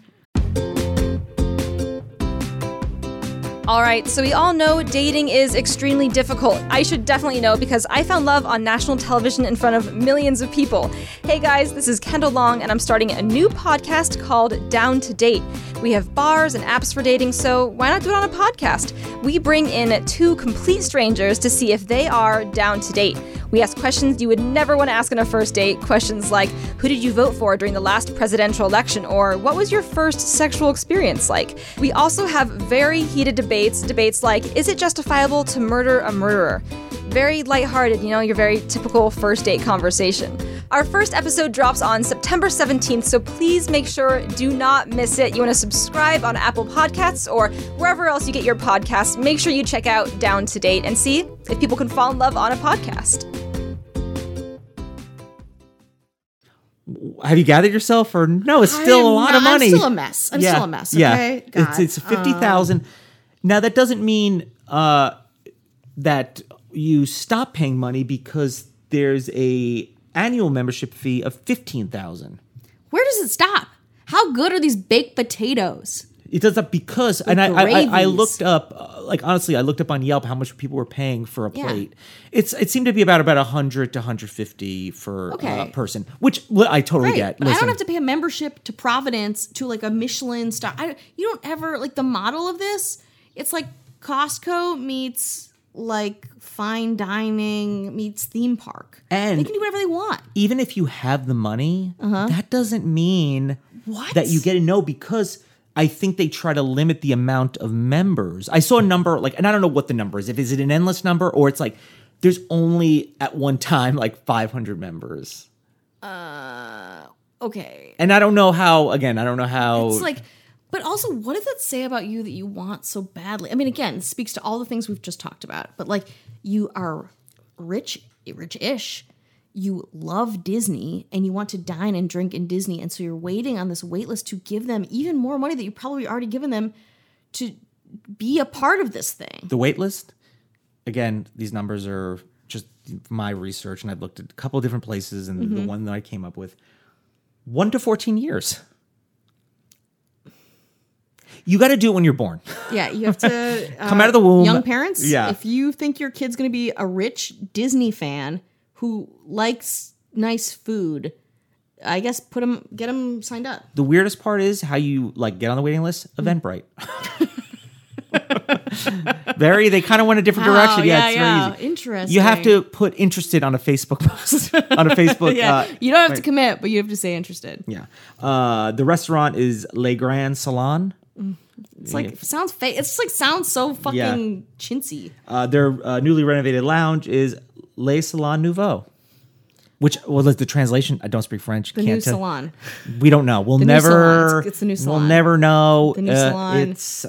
Speaker 3: All right, so we all know dating is extremely difficult. I should definitely know because I found love on national television in front of millions of people. Hey guys, this is Kendall Long, and I'm starting a new podcast called Down to Date. We have bars and apps for dating, so why not do it on a podcast? We bring in two complete strangers to see if they are down to date. We ask questions you would never want to ask on a first date. Questions like, who did you vote for during the last presidential election? Or what was your first sexual experience like? We also have very heated debates, debates like, is it justifiable to murder a murderer? Very lighthearted, you know, your very typical first date conversation. Our first episode drops on September 17th, so please make sure do not miss it. You want to subscribe on Apple Podcasts or wherever else you get your podcasts. Make sure you check out Down to Date and see if people can fall in love on a podcast.
Speaker 2: Have you gathered yourself, or no? It's still a
Speaker 1: I'm
Speaker 2: lot
Speaker 1: not-
Speaker 2: of money.
Speaker 1: I'm still a mess. I'm still a mess. Okay.
Speaker 2: Yeah. It's
Speaker 1: God. uh.
Speaker 2: it's fifty thousand. now that doesn't mean uh, that you stop paying money because there's a annual membership fee of fifteen thousand.
Speaker 1: Where does it stop? How good are these baked potatoes?
Speaker 2: It does that because, and I, I, I, I
Speaker 1: gravies.
Speaker 2: looked up, uh, like honestly, I looked up on Yelp how much people were paying for a
Speaker 1: Yeah.
Speaker 2: plate. It's it seemed to be about about hundred to hundred fifty for a
Speaker 1: Okay.
Speaker 2: person, which well, I totally
Speaker 1: Right.
Speaker 2: get.
Speaker 1: but I don't have to pay a membership to Providence to like a Michelin star. I, you don't ever like the model of this. It's like Costco meets like fine dining meets theme park. they
Speaker 2: And-
Speaker 1: can do whatever they want.
Speaker 2: even if you have the money, that doesn't mean
Speaker 1: Uh-huh. What?
Speaker 2: that you get a no because I think they try to limit the amount of members. I saw a number like, and I don't know what the number is. If is it an endless number or it's like there's only at one time like 500 members,
Speaker 1: Okay.
Speaker 2: and I don't know how. Again, I don't know how.
Speaker 1: It's like, but also, what does that say about you that you want so badly? I mean, again, it speaks to all the things we've just talked about, but like, you are rich, rich ish. You love Disney and you want to dine and drink in Disney. And so you're waiting on this wait list to give them even more money that you probably already given them to be a part of this thing.
Speaker 2: the wait list again these numbers are just my research and i've looked at a couple of different places and the one that i came up with 1 to 14 years you got to do it when you're born
Speaker 1: Yeah, you have to
Speaker 2: [LAUGHS]
Speaker 1: uh,
Speaker 2: Come out of the womb.
Speaker 1: Young parents,
Speaker 2: Yeah.
Speaker 1: If you think your kid's going to be a rich Disney fan who likes nice food, I guess put him get him signed up.
Speaker 2: the weirdest part is how you like get on the waiting list eventbrite [LAUGHS] very they kind of went a different direction yeah, it's very easy
Speaker 1: Oh, Interesting.
Speaker 2: you have to put interested on a facebook post [LAUGHS] on a
Speaker 1: [LAUGHS]
Speaker 2: facebook
Speaker 1: Yeah,
Speaker 2: uh,
Speaker 1: you don't have to commit, but you have to say interested.
Speaker 2: yeah uh, the restaurant is le grand salon
Speaker 1: It's like sounds fake. It's just like sounds so fucking chintzy.
Speaker 2: Uh, their uh, newly renovated lounge is Le Salon Nouveau, which well, that's the translation. I don't speak French.
Speaker 1: The
Speaker 2: can't
Speaker 1: new
Speaker 2: tell-
Speaker 1: salon.
Speaker 2: We don't know. We'll
Speaker 1: new salon.
Speaker 2: never.
Speaker 1: It's- it's the new
Speaker 2: We'll
Speaker 1: salon.
Speaker 2: never know.
Speaker 1: The new
Speaker 2: Uh,
Speaker 1: salon.
Speaker 2: It's uh,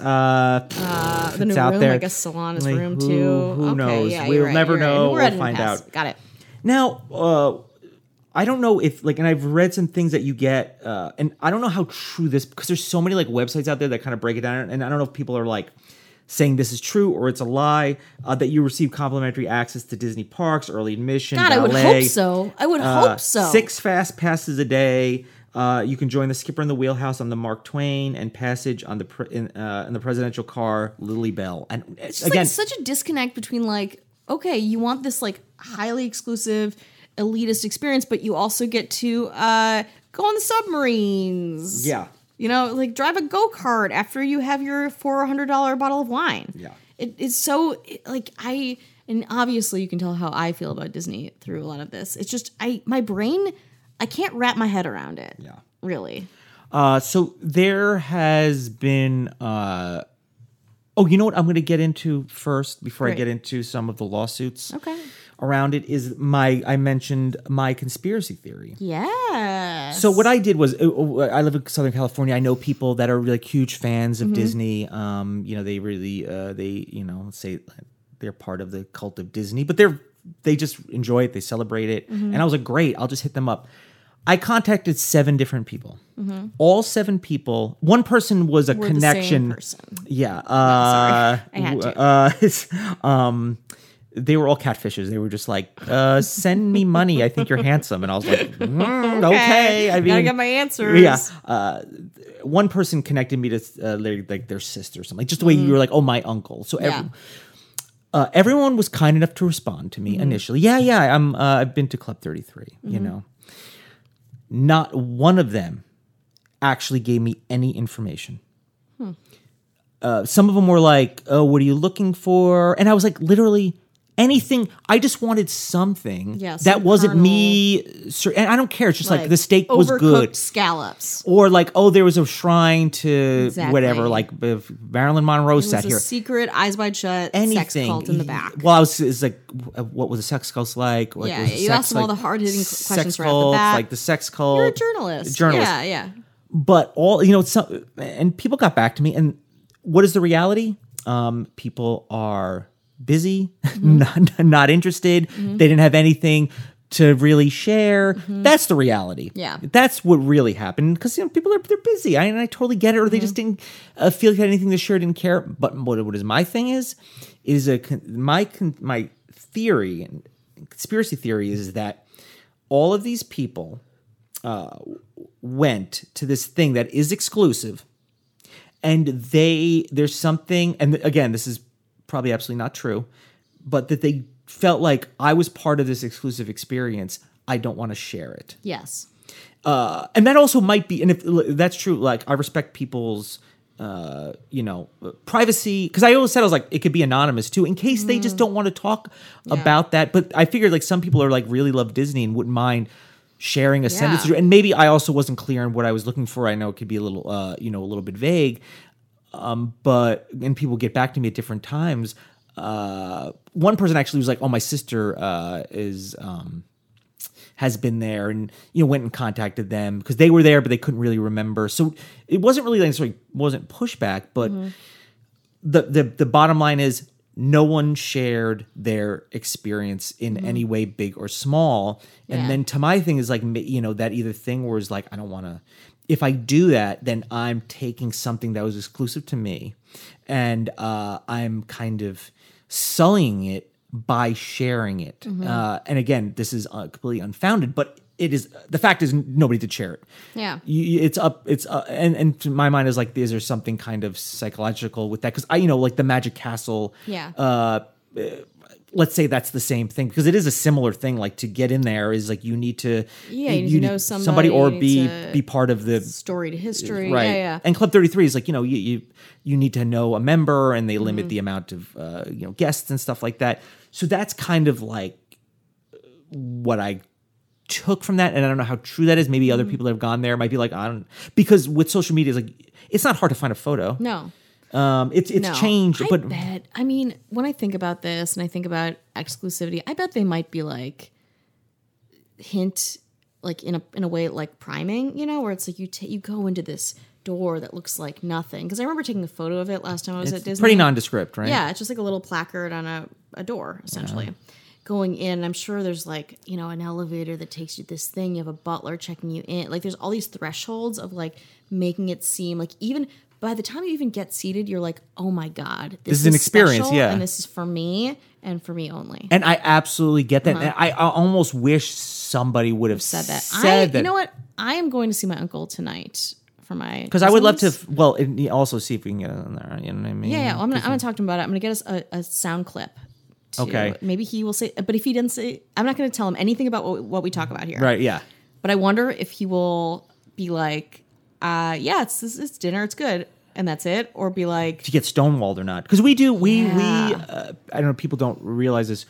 Speaker 1: Uh, the new
Speaker 2: it's out
Speaker 1: room. I
Speaker 2: there.
Speaker 1: guess salon is
Speaker 2: Like,
Speaker 1: room
Speaker 2: who-
Speaker 1: too.
Speaker 2: who
Speaker 1: okay,
Speaker 2: knows?
Speaker 1: Yeah,
Speaker 2: We'll
Speaker 1: you're right,
Speaker 2: never
Speaker 1: you're right.
Speaker 2: know.
Speaker 1: We're
Speaker 2: We'll
Speaker 1: at an
Speaker 2: find
Speaker 1: impasse.
Speaker 2: out.
Speaker 1: Got it.
Speaker 2: now. Uh, I don't know if like, and I've read some things that you get, uh, and I don't know how true this because there's so many like websites out there that kind of break it down, and I don't know if people are like saying this is true or it's a lie uh, that you receive complimentary access to Disney parks, early admission,
Speaker 1: God, I would
Speaker 2: ballet,
Speaker 1: hope so. I would
Speaker 2: Uh,
Speaker 1: hope so.
Speaker 2: Six fast passes a day. Uh, you can join the Skipper in the Wheelhouse on the Mark Twain and Passage on the pre- in, uh, in the presidential car Lily Bell. And uh,
Speaker 1: It's just
Speaker 2: again,
Speaker 1: like such a disconnect between like, okay, you want this like highly exclusive elitist experience, but you also get to uh go on the submarines.
Speaker 2: Yeah.
Speaker 1: You know, like drive a go-kart after you have your four hundred dollar bottle of wine.
Speaker 2: Yeah.
Speaker 1: It, it's so it- like I and obviously you can tell how I feel about Disney through a lot of this. It's just I my brain I can't wrap my head around it.
Speaker 2: Yeah.
Speaker 1: Really.
Speaker 2: Uh, so there has been. Uh, oh, you know what? I'm going to get into first before I
Speaker 1: Great.
Speaker 2: get into some of the lawsuits.
Speaker 1: Okay.
Speaker 2: Around it is my I mentioned my conspiracy theory.
Speaker 1: Yeah.
Speaker 2: So what I did was uh, uh, I live in Southern California. I know people that are like huge fans
Speaker 1: Mm-hmm.
Speaker 2: of Disney. Um, you know, they really uh, they you know say they're part of the cult of Disney, but they're they just enjoy it. They celebrate it.
Speaker 1: Mm-hmm.
Speaker 2: And I was like, great, I'll just hit them up. I contacted seven different people. All seven people. One person was a
Speaker 1: Mm-hmm. We're the same
Speaker 2: connection.
Speaker 1: person.
Speaker 2: Yeah. Uh,
Speaker 1: [LAUGHS] I had to.
Speaker 2: Uh, [LAUGHS] it's- um, they were all catfishes. They were just like, uh, send me money. I think you're handsome. And I was like, mm,
Speaker 1: [LAUGHS]
Speaker 2: okay. I mean,
Speaker 1: gotta get my answers.
Speaker 2: yeah. Uh, one person connected me to uh, their, like their sister or something. Just the way
Speaker 1: Mm.
Speaker 2: you were like, oh, my uncle. So every,
Speaker 1: Yeah.
Speaker 2: uh, everyone was kind enough to respond to me
Speaker 1: Mm-hmm.
Speaker 2: initially. Yeah, yeah. I'm. Uh, I've been to Club 33. You know, not one of them actually gave me any information.
Speaker 1: Hmm.
Speaker 2: Uh, some of them were like, "Oh, what are you looking for?" And I was like, literally. Anything I just wanted something
Speaker 1: Yeah, some
Speaker 2: that wasn't me, sir, and I don't care. It's just like, the steak was
Speaker 1: overcooked
Speaker 2: good,
Speaker 1: Scallops.
Speaker 2: or like oh, there was a shrine to whatever,
Speaker 1: Exactly.
Speaker 2: like if Marilyn Monroe
Speaker 1: It
Speaker 2: sat
Speaker 1: was a
Speaker 2: here
Speaker 1: secret eyes wide shut sex
Speaker 2: anything
Speaker 1: cult in the back.
Speaker 2: Well, I was, it's like, w- what was the sex cult like? Like,
Speaker 1: Yeah,
Speaker 2: was the
Speaker 1: you
Speaker 2: sex,
Speaker 1: asked them all the hard-hitting qu-
Speaker 2: sex
Speaker 1: questions right off the bat.
Speaker 2: like the sex cult.
Speaker 1: You're a journalist.
Speaker 2: journalist.
Speaker 1: Yeah, yeah.
Speaker 2: But all you know, some and people got back to me, and what is the reality? Um, people are busy, [LAUGHS] not not interested. They didn't have anything to really share. That's the reality.
Speaker 1: Yeah.
Speaker 2: that's what really happened because you know people are they're busy. I and I totally get it, or they just didn't uh, feel like they had anything to share, didn't care. But what what is my thing is is a con- my con- my theory and conspiracy theory is that all of these people went to this thing that is exclusive and they there's something and again this is probably absolutely not true but that they felt like i was part of this exclusive experience i don't want to share it
Speaker 1: Yes.
Speaker 2: uh, and that also might be and if l- that's true like i respect people's uh, you know privacy because i always said i was like it could be anonymous too in case they just don't want to talk about that but i figured like some people are like really love disney and wouldn't mind sharing a sentence
Speaker 1: Yeah.
Speaker 2: and maybe i also wasn't clear on what i was looking for i know it could be a little uh, you know a little bit vague um, but and people get back to me at different times uh, one person actually was like oh my sister uh, is um, has been there and you know went and contacted them because they were there but they couldn't really remember so it wasn't really like sorry wasn't pushback but the, the the bottom line is no one shared their experience in any way big or small
Speaker 1: Mm-hmm. Yeah.
Speaker 2: and then to my thing is like ma- you know that either thing where it's like i don't want to if i do that then i'm taking something that was exclusive to me and uh, i'm kind of sullying it by sharing it
Speaker 1: Mm-hmm.
Speaker 2: uh, and again this is uh, completely unfounded but it is the fact is nobody did share it
Speaker 1: Yeah.
Speaker 2: you, you- it's up it's uh, and and to my mind is like is there something kind of psychological with that because i you know like the magic castle
Speaker 1: Yeah.
Speaker 2: uh let's say that's the same thing because it is a similar thing like to get in there is like you need to
Speaker 1: Yeah, you need to know somebody,
Speaker 2: or
Speaker 1: you
Speaker 2: be
Speaker 1: need to-
Speaker 2: be part of the
Speaker 1: Story to history.
Speaker 2: right
Speaker 1: Yeah, yeah.
Speaker 2: and club 33 is like you know you you, you need to know a member and they
Speaker 1: Mm-hmm.
Speaker 2: limit the amount of uh, you know guests and stuff like that so that's kind of like what i took from that and i don't know how true that is maybe
Speaker 1: Mm-hmm.
Speaker 2: other people that have gone there might be like i don't because with social media it's like it's not hard to find a photo
Speaker 1: no.
Speaker 2: um it's it's
Speaker 1: Mm-hmm. No.
Speaker 2: changed
Speaker 1: I
Speaker 2: but
Speaker 1: bet. I mean, when I think about this and I think about exclusivity, I bet they might be like hint, like in a in a way like priming, you know, where it's like you ta- you go into this door that looks like nothing. Because I remember taking a photo of it last time I was at
Speaker 2: it's
Speaker 1: Disney.
Speaker 2: pretty nondescript right
Speaker 1: Yeah, it's just like a little placard on a, a door, essentially. going in. I'm sure there's like, you know, an elevator that takes you to this thing. You have a butler checking you in. Like there's all these thresholds of like making it seem like even by the time you even get seated, you're like, oh my God,
Speaker 2: This is an experience,
Speaker 1: special,
Speaker 2: yeah.
Speaker 1: And this is for me and for me only.
Speaker 2: And I absolutely get that. And I, I almost wish somebody would have
Speaker 1: Uh-huh. said that. I,
Speaker 2: Said that.
Speaker 1: you know what? I am going to see my uncle tonight for my
Speaker 2: Because I would love to.
Speaker 1: cousins.
Speaker 2: f- Well, and also see if we can get it on there. You know what I mean?
Speaker 1: Yeah, yeah. Well, I'm gonna, I'm gonna talk to him about it. I'm gonna get us a, a sound clip. to-
Speaker 2: Okay.
Speaker 1: Maybe he will say, but if he doesn't say, I'm not gonna tell him anything about what, what we talk about here.
Speaker 2: Right. Yeah.
Speaker 1: But I wonder if he will be like, uh, yeah, it's this it's dinner, it's good, and that's it, or be like,
Speaker 2: To get stonewalled or not? Because we do. We we.
Speaker 1: Yeah.
Speaker 2: Uh, I don't know. People don't realize this.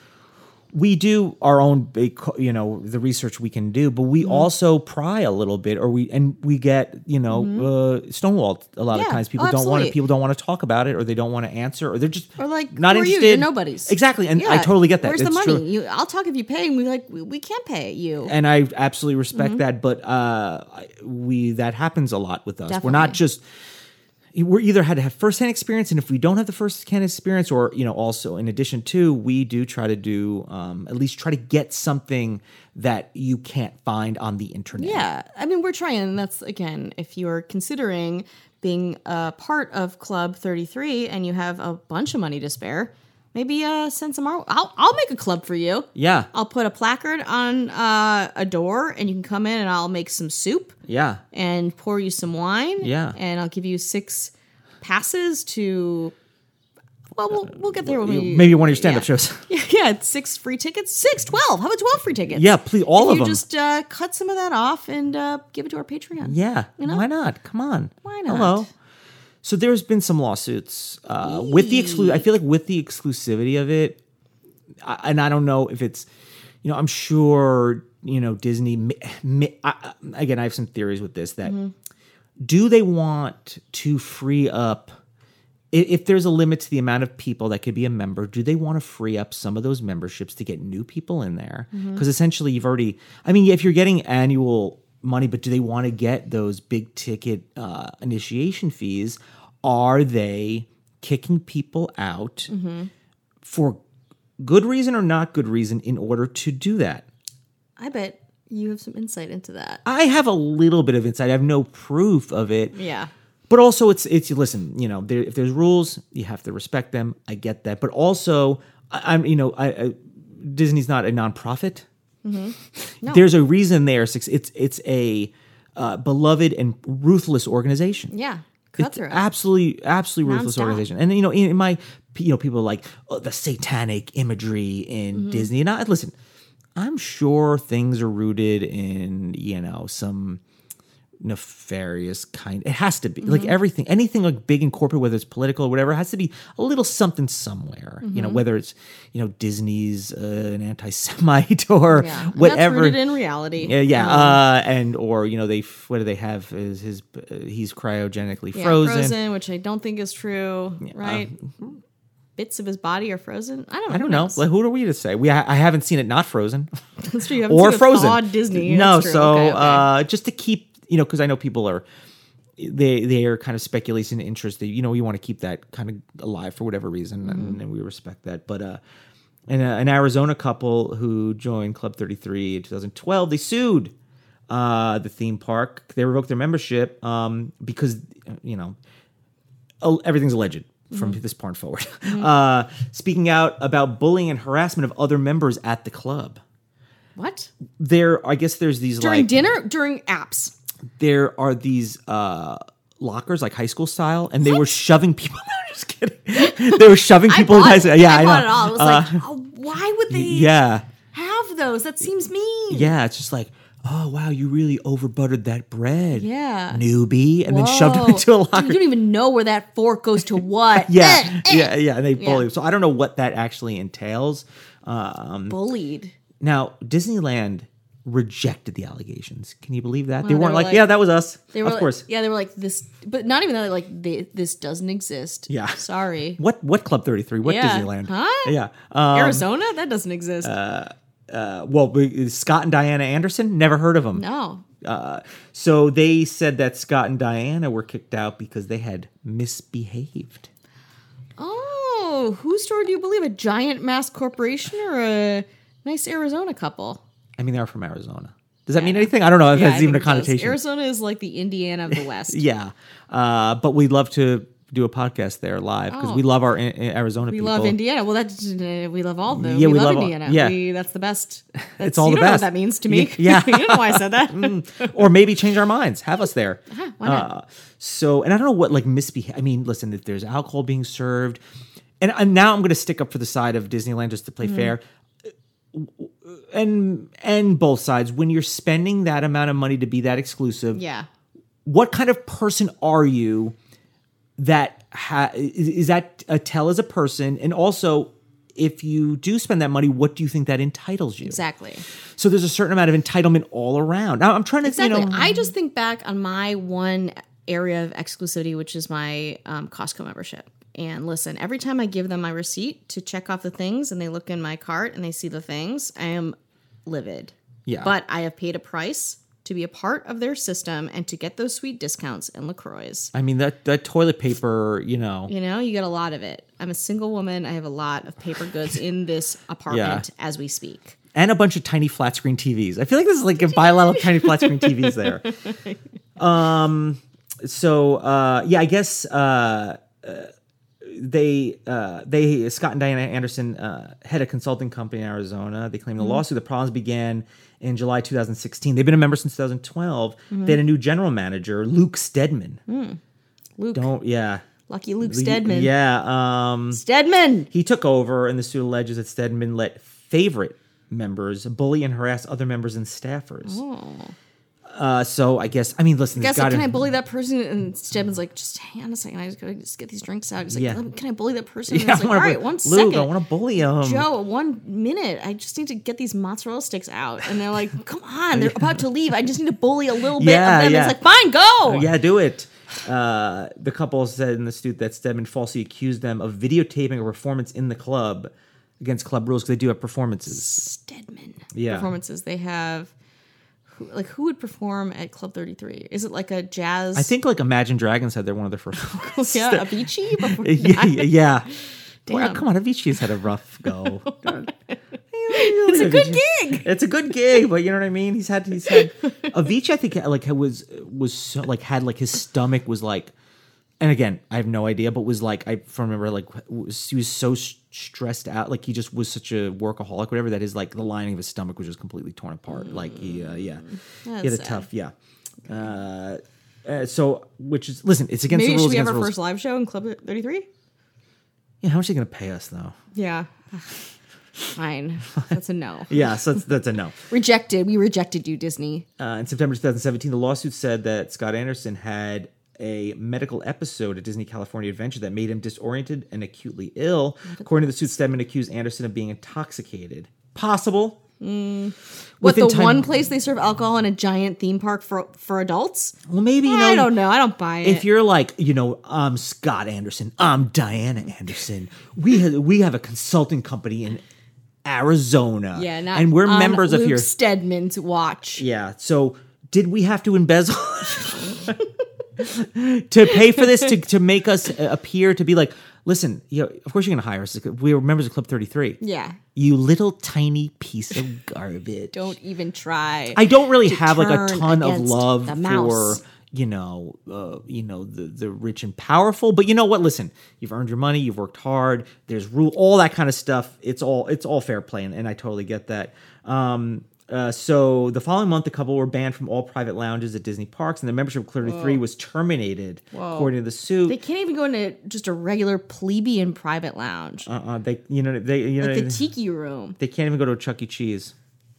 Speaker 2: We do our own big, co- you know, the research we can do, but
Speaker 1: Mm-hmm.
Speaker 2: we also pry a little bit, or we and we get, you know, uh, stonewalled a lot
Speaker 1: Mm-hmm.
Speaker 2: of
Speaker 1: Yeah.
Speaker 2: times. People
Speaker 1: Oh,
Speaker 2: don't want to.
Speaker 1: absolutely.
Speaker 2: People don't want to talk about it, or they don't want to answer, or they're just
Speaker 1: or like,
Speaker 2: not
Speaker 1: who are you?
Speaker 2: interested.
Speaker 1: You're nobody's
Speaker 2: exactly, and I
Speaker 1: Yeah.
Speaker 2: totally get that.
Speaker 1: Where's the
Speaker 2: It's
Speaker 1: money?
Speaker 2: true.
Speaker 1: You, I'll talk if you pay, and we like, we, we can't pay you.
Speaker 2: and I absolutely respect
Speaker 1: Mm-hmm.
Speaker 2: that. But uh, I- we that happens a lot with us. We're not
Speaker 1: Definitely.
Speaker 2: just we're either had to have firsthand experience, and if we don't have the firsthand experience, or you know, also in addition to, we do try to do um, at least try to get something that you can't find on the internet.
Speaker 1: Yeah, I mean, we're trying. and That's again, if you're considering being a part of Club 33 and you have a bunch of money to spare, maybe uh, send some our. I'll I'll make a club for you.
Speaker 2: yeah,
Speaker 1: I'll put a placard on uh, a door, and you can come in, and I'll make some soup
Speaker 2: yeah.
Speaker 1: and pour you some wine.
Speaker 2: Yeah.
Speaker 1: and I'll give you six passes to. Well, we'll we'll get there when we
Speaker 2: Uh, Maybe one of your stand-up
Speaker 1: yeah.
Speaker 2: shows.
Speaker 1: [LAUGHS]
Speaker 2: [LAUGHS]
Speaker 1: Yeah, it's six free tickets. Six, 12. How about 12 free tickets?
Speaker 2: Yeah, please, all
Speaker 1: if
Speaker 2: of
Speaker 1: you
Speaker 2: them.
Speaker 1: just uh, cut some of that off and uh, give it to our Patreon.
Speaker 2: Yeah.
Speaker 1: know?
Speaker 2: Why not? Come on.
Speaker 1: Why not?
Speaker 2: Hello. So there's been some lawsuits uh, with the exclu. I feel like with the exclusivity of it, I, and I don't know if it's, you know, I'm sure you know Disney. mi- mi- I, I- again, I have some theories with this. That
Speaker 1: Mm-hmm.
Speaker 2: do they want to free up? i- If there's a limit to the amount of people that could be a member, do they want to free up some of those memberships to get new people in there? Because essentially, you've already. I mean, if you're getting annual money, but do they want to get those big ticket uh, initiation fees? Are they kicking people out for good reason or not good reason in order to do that?
Speaker 1: I bet you have some insight into that.
Speaker 2: I have a little bit of insight. I have no proof of it.
Speaker 1: Yeah.
Speaker 2: but also it's it's listen you know there, if there's rules you have to respect them i get that but also I, i'm you know I, I disney's not a nonprofit [LAUGHS] there's a reason they are suc- it's it's a uh, beloved and ruthless organization
Speaker 1: Yeah.
Speaker 2: It's
Speaker 1: Cutthroat.
Speaker 2: absolutely, absolutely ruthless
Speaker 1: Nonstop.
Speaker 2: organization. And you know, in, in my, you know, people are like oh, the satanic imagery in
Speaker 1: Mm-hmm.
Speaker 2: Disney. And I listen, I'm sure things are rooted in you know some nefarious kind. It has to be
Speaker 1: Mm-hmm.
Speaker 2: like everything, anything like big and corporate, whether it's political or whatever, it has to be a little something somewhere. You
Speaker 1: Mm-hmm.
Speaker 2: know, whether it's you know Disney's uh, an anti-Semite [LAUGHS] or
Speaker 1: yeah. And
Speaker 2: whatever.
Speaker 1: That's rooted in reality.
Speaker 2: Yeah, yeah, uh, and or you know they f- what do they have is his uh, he's cryogenically
Speaker 1: Yeah,
Speaker 2: frozen. uh,
Speaker 1: which I don't think is true, right? Bits of his body are frozen. I don't know.
Speaker 2: I
Speaker 1: [LAUGHS]
Speaker 2: don't know. Like, who are we to say? We I, I haven't seen it not frozen [LAUGHS]
Speaker 1: That's true. You haven't
Speaker 2: or
Speaker 1: seen a
Speaker 2: frozen.
Speaker 1: thawed Disney.
Speaker 2: No,
Speaker 1: That's true.
Speaker 2: so
Speaker 1: Okay, okay.
Speaker 2: Uh, just to keep you know because I know people are they they are kind of speculation and interest that you know you want to keep that kind of alive for whatever reason
Speaker 1: Mm-hmm.
Speaker 2: and, and we respect that but uh and uh, an Arizona couple who joined Club 33 in 2012 they sued uh the theme park they revoked their membership um because you know al- everything's alleged from
Speaker 1: Mm-hmm.
Speaker 2: this point forward. [LAUGHS] Uh, speaking out about bullying and harassment of other members at the club.
Speaker 1: what?
Speaker 2: There, I guess there's these
Speaker 1: During
Speaker 2: like
Speaker 1: dinner? During apps.
Speaker 2: there are these uh, lockers like high school style, and they were shoving people. [LAUGHS] I'm just kidding. they were shoving people.
Speaker 1: I bought,
Speaker 2: guys,
Speaker 1: it.
Speaker 2: yeah,
Speaker 1: I,
Speaker 2: I,
Speaker 1: bought
Speaker 2: know.
Speaker 1: it all. It was
Speaker 2: Uh,
Speaker 1: like, oh, why would they
Speaker 2: yeah,
Speaker 1: have those? That seems mean.
Speaker 2: yeah. It's just like. Oh wow! You really overbuttered that bread,
Speaker 1: Yeah.
Speaker 2: newbie, and then shoved
Speaker 1: Whoa.
Speaker 2: it into a
Speaker 1: Oh. Dude,
Speaker 2: locker.
Speaker 1: You don't even know where that fork goes to what.
Speaker 2: [LAUGHS] yeah,
Speaker 1: Eh, eh.
Speaker 2: yeah, yeah. And they
Speaker 1: Yeah.
Speaker 2: bully. So I don't know what that actually entails. Um,
Speaker 1: Bullied.
Speaker 2: Now, Disneyland rejected the allegations. Can you believe that?
Speaker 1: they
Speaker 2: they weren't
Speaker 1: were
Speaker 2: like,
Speaker 1: like-
Speaker 2: yeah, that was us.
Speaker 1: They were
Speaker 2: of
Speaker 1: like-
Speaker 2: course.
Speaker 1: Yeah, they were like this, but not even that. Like they, this doesn't exist.
Speaker 2: Yeah. [LAUGHS]
Speaker 1: Sorry.
Speaker 2: What what Club 33? What
Speaker 1: Yeah.
Speaker 2: Disneyland?
Speaker 1: Huh?
Speaker 2: Yeah. Uh,
Speaker 1: Arizona? That doesn't exist.
Speaker 2: well, we- Scott and Diana Anderson, never heard of them.
Speaker 1: no.
Speaker 2: Uh, so they said that Scott and Diana were kicked out because they had misbehaved.
Speaker 1: Oh, whose story do you believe? A giant mass corporation or a Nice Arizona couple.
Speaker 2: I mean, they are from Arizona. Does that mean anything? I don't know if that's
Speaker 1: I
Speaker 2: even a
Speaker 1: think it does.
Speaker 2: connotation.
Speaker 1: Arizona is like the Indiana of the West.
Speaker 2: [LAUGHS] Yeah, uh, but we'd love to do a podcast there live because
Speaker 1: Oh.
Speaker 2: we love our in- in Arizona
Speaker 1: We
Speaker 2: people.
Speaker 1: love Indiana. Well, that we love all of them.
Speaker 2: Yeah,
Speaker 1: we,
Speaker 2: we
Speaker 1: love,
Speaker 2: love all-
Speaker 1: Indiana.
Speaker 2: yeah.
Speaker 1: we, that's the best. That's,
Speaker 2: It's all
Speaker 1: you
Speaker 2: the
Speaker 1: don't know what
Speaker 2: best.
Speaker 1: that means to me.
Speaker 2: Y- yeah.
Speaker 1: [LAUGHS]
Speaker 2: Mm.
Speaker 1: you don't know why I said
Speaker 2: [LAUGHS]
Speaker 1: that.
Speaker 2: or maybe change our minds. Have us there.
Speaker 1: Uh-huh, why not?
Speaker 2: Uh, so, and I don't know what like misbehave. I mean, listen, if there's alcohol being served, and, and now I'm going to stick up for the side of Disneyland just to play
Speaker 1: Mm.
Speaker 2: fair. And and both sides, when you're spending that amount of money to be that exclusive,
Speaker 1: yeah.
Speaker 2: what kind of person are you that ha- is, is that a tell as a person and also if you do spend that money what do you think that entitles you
Speaker 1: Exactly.
Speaker 2: so there's a certain amount of entitlement all around now i'm trying to
Speaker 1: Exactly.
Speaker 2: you know
Speaker 1: I just think back on my one area of exclusivity, which is my um, Costco membership. And listen, every time I give them my receipt to check off the things and they look in my cart and they see the things, I am livid.
Speaker 2: Yeah.
Speaker 1: But I have paid a price to be a part of their system and to get those sweet discounts and LaCroix.
Speaker 2: i mean that that toilet paper you know
Speaker 1: You know, you get a lot of it. I'm a single woman. I have a lot of paper goods in
Speaker 2: [LAUGHS]
Speaker 1: this apartment as we speak.
Speaker 2: and a bunch of tiny flat screen TVs. I feel like this is like a bylaw of tiny flat screen TVs there. Um, so uh, yeah, I guess uh, uh, they uh, they Scott and Diana Anderson uh, head a consulting company in Arizona. They claim the lawsuit. The problems began in July 2016. They've been a member since 2012. They had a new general manager, Luke Stedman.
Speaker 1: Luke,
Speaker 2: Don't yeah,
Speaker 1: lucky Luke Stedman.
Speaker 2: Yeah, um,
Speaker 1: Stedman.
Speaker 2: he took over, and the suit alleges that Stedman let favorite members bully and harass other members and staffers.
Speaker 1: Oh.
Speaker 2: Uh, so I guess I mean, listen,
Speaker 1: Guess
Speaker 2: there's
Speaker 1: like, can
Speaker 2: gotta-
Speaker 1: I bully that person? And Stedman's like, just hang on a second. I just gotta just get these drinks out. He's like,
Speaker 2: Yeah.
Speaker 1: "Let me- can I bully that person? And
Speaker 2: [LAUGHS] Yeah,
Speaker 1: it's like,
Speaker 2: I
Speaker 1: all
Speaker 2: wanna
Speaker 1: right,
Speaker 2: bu-
Speaker 1: one second.
Speaker 2: Luke, I want to bully him.
Speaker 1: Joe, one minute. I just need to get these mozzarella sticks out. And they're like, come on,
Speaker 2: [LAUGHS]
Speaker 1: they're about to leave. I just need to bully a little bit
Speaker 2: Yeah,
Speaker 1: of them.
Speaker 2: yeah.
Speaker 1: It's like, fine, go.
Speaker 2: Yeah, do it. Uh, the couple said in the suit that Stedman falsely accused them of videotaping a performance in the club against club rules because they do have performances.
Speaker 1: Stedman
Speaker 2: Yeah.
Speaker 1: performances they have. Who, like who would perform at Club Thirty Three? Is it like a jazz?
Speaker 2: I think like Imagine Dragons had their one of their first.
Speaker 1: [LAUGHS]
Speaker 2: [LAUGHS]
Speaker 1: yeah, Avicii. Before [LAUGHS]
Speaker 2: yeah, yeah, yeah. Boy,
Speaker 1: Damn.
Speaker 2: come on, Avicii's had a rough
Speaker 1: [LAUGHS]
Speaker 2: go.
Speaker 1: it's a good gig.
Speaker 2: It's a good gig, but you know what I mean. He's had
Speaker 1: [LAUGHS]
Speaker 2: he's had Avicii. I think like was was so, like had like his stomach was like, and again I have no idea, but was like I from remember like was, he was so s- stressed out, like he just was such a workaholic, whatever that is. Like the lining of his stomach was just completely torn apart. Like he uh, yeah, he had
Speaker 1: Mm, That's
Speaker 2: a
Speaker 1: sad.
Speaker 2: tough yeah. Uh, uh, so which is listen, it's against
Speaker 1: Maybe
Speaker 2: the
Speaker 1: should
Speaker 2: rules.
Speaker 1: we have
Speaker 2: Against
Speaker 1: our
Speaker 2: the rules.
Speaker 1: first live show in Club Thirty Three?
Speaker 2: yeah, how much are they gonna pay us though? [LAUGHS]
Speaker 1: Yeah. Fine. That's a no.
Speaker 2: Yeah, so that's, that's a no.
Speaker 1: Rejected. We rejected you, Disney.
Speaker 2: Uh, in September 2017, the lawsuit said that Scott Anderson had a medical episode at Disney California Adventure that made him disoriented and acutely ill. According to the suit, Stedman accused Anderson of being intoxicated. Possible.
Speaker 1: Mm. What
Speaker 2: Within
Speaker 1: the
Speaker 2: time-
Speaker 1: one place they serve alcohol in a giant theme park for for adults?
Speaker 2: Well, maybe you know.
Speaker 1: I don't know. I don't buy it.
Speaker 2: If you're like, you know, I'm Scott Anderson, I'm Diana Anderson. We have, we have a consulting company in Arizona.
Speaker 1: yeah, not
Speaker 2: and we're
Speaker 1: on
Speaker 2: members
Speaker 1: Luke
Speaker 2: of your
Speaker 1: Stedman's watch.
Speaker 2: Yeah. So did we have to embezzle [LAUGHS] to pay for this to, to make us uh, appear to be like, listen, you know, of course you're going to hire us. We were members of Club 33.
Speaker 1: yeah.
Speaker 2: You little tiny piece of garbage.
Speaker 1: Don't even try.
Speaker 2: I don't really have like a
Speaker 1: turn
Speaker 2: ton of
Speaker 1: against
Speaker 2: love
Speaker 1: the
Speaker 2: for
Speaker 1: mouse.
Speaker 2: you know uh, you know the the rich and powerful, but you know what? Listen, you've earned your money, you've worked hard. There's rule, all that kind of stuff. It's all it's all fair play, and, and I totally get that. Um, uh, so the following month, the couple were banned from all private lounges at Disney parks, and their membership of Clearly Three was terminated, according to the suit.
Speaker 1: They can't even go into just a regular plebeian private lounge.
Speaker 2: uh-uh, they you know they you know
Speaker 1: the tiki room.
Speaker 2: they can't even go to a Chuck E. Cheese.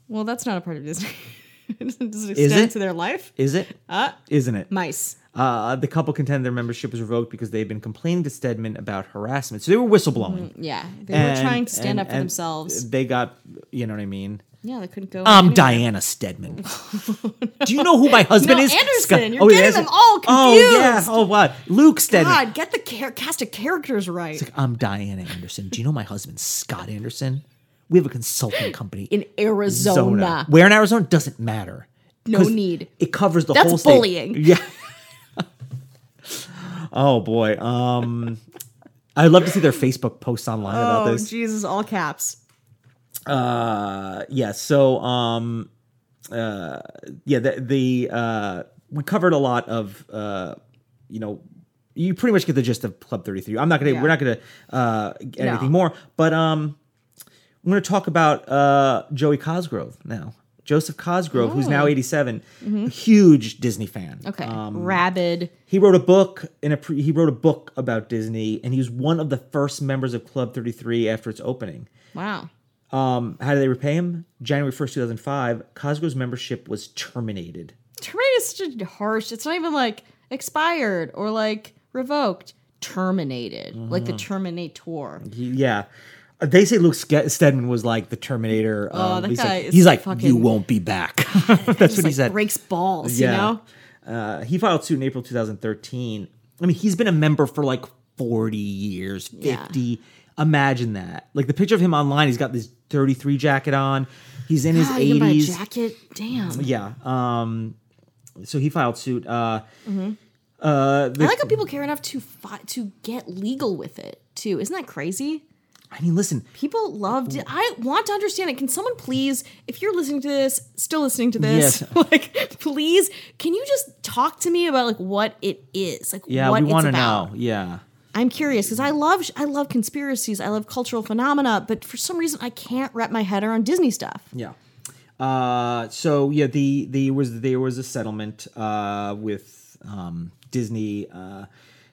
Speaker 1: Well, that's not a part of Disney. [LAUGHS] Does it extend
Speaker 2: it?
Speaker 1: to their life?
Speaker 2: Is it? Uh, Isn't it?
Speaker 1: Mice.
Speaker 2: Uh, the couple contend their membership was revoked because they had been complaining to Stedman about harassment. So they were whistleblowing.
Speaker 1: Yeah. Mm, They
Speaker 2: And-
Speaker 1: were trying to stand
Speaker 2: and-
Speaker 1: up for
Speaker 2: and
Speaker 1: themselves.
Speaker 2: They got, you know what I mean?
Speaker 1: Yeah, they couldn't go.
Speaker 2: I'm
Speaker 1: anywhere.
Speaker 2: Diana Stedman.
Speaker 1: [LAUGHS]
Speaker 2: Do you know who my husband
Speaker 1: No,
Speaker 2: is?
Speaker 1: Anderson.
Speaker 2: Scott-
Speaker 1: You're getting them all
Speaker 2: Oh, yeah.
Speaker 1: confused.
Speaker 2: Oh, wow. Luke Stedman.
Speaker 1: God, get the char- cast of characters right.
Speaker 2: I'm Diana Anderson. Do you know my husband, Scott Anderson? We have a consulting company
Speaker 1: in Arizona.
Speaker 2: Where in Arizona doesn't matter.
Speaker 1: No
Speaker 2: 'Cause
Speaker 1: need.
Speaker 2: It covers the
Speaker 1: That's
Speaker 2: whole state.
Speaker 1: bullying.
Speaker 2: [LAUGHS] Yeah. oh boy. Um I'd love to see their Facebook posts online about
Speaker 1: Oh,
Speaker 2: this.
Speaker 1: Jesus, all caps.
Speaker 2: Uh, yeah. So, um, uh, yeah, the, the uh, we covered a lot of, uh, you know, you pretty much get the gist of Club Thirty Three. I'm not gonna,
Speaker 1: Yeah.
Speaker 2: we're not gonna uh, get
Speaker 1: No.
Speaker 2: anything more, but um, I'm gonna talk about uh Joey Cosgrove now. Joseph Cosgrove, who's now 87, a huge Disney fan.
Speaker 1: Oh. Mm-hmm. Okay.
Speaker 2: Um,
Speaker 1: Rabid.
Speaker 2: he wrote a book in a pre- he wrote a book about Disney, and he was one of the first members of Club 33 after its opening.
Speaker 1: Wow.
Speaker 2: Um, how did they repay him? January 1st, 2005, Cosgrove's membership was terminated.
Speaker 1: Terminated is such a harsh. It's not even like expired or like revoked. Terminated.
Speaker 2: Mm-hmm.
Speaker 1: Like the Terminator.
Speaker 2: He, yeah. Uh, They say Luke Ske- Stedman was like the Terminator. Oh,
Speaker 1: that guy is
Speaker 2: he's like, you
Speaker 1: fucking-
Speaker 2: won't
Speaker 1: [LAUGHS]
Speaker 2: be back. [LAUGHS] That's what he
Speaker 1: Like
Speaker 2: said.
Speaker 1: breaks balls, you know?
Speaker 2: Uh, he filed suit in April 2013. I mean, he's been a member for like 40 years, 50. Imagine that. Like the picture of him online, he's got this 33 jacket on. He's in his
Speaker 1: God, Oh, you can buy a
Speaker 2: 80s.
Speaker 1: jacket. Damn.
Speaker 2: Yeah. Um, so he filed suit. Uh,
Speaker 1: Mm-hmm.
Speaker 2: uh, the-
Speaker 1: I like how people care enough to fi- to get legal with it too. Isn't that crazy?
Speaker 2: I mean, listen,
Speaker 1: People loved it. I want to understand it. Can someone please, if you're listening to this, still listening to this, [LAUGHS]
Speaker 2: Yes.
Speaker 1: like please, can you just talk to me about like what it is, like
Speaker 2: yeah,
Speaker 1: what
Speaker 2: we
Speaker 1: it's
Speaker 2: want to
Speaker 1: about?
Speaker 2: know. Yeah.
Speaker 1: I'm curious because I love I love conspiracies, I love cultural phenomena, but for some reason I can't wrap my head around Disney stuff.
Speaker 2: Yeah. Uh, so yeah, the the was there was a settlement uh, with um, Disney. Uh,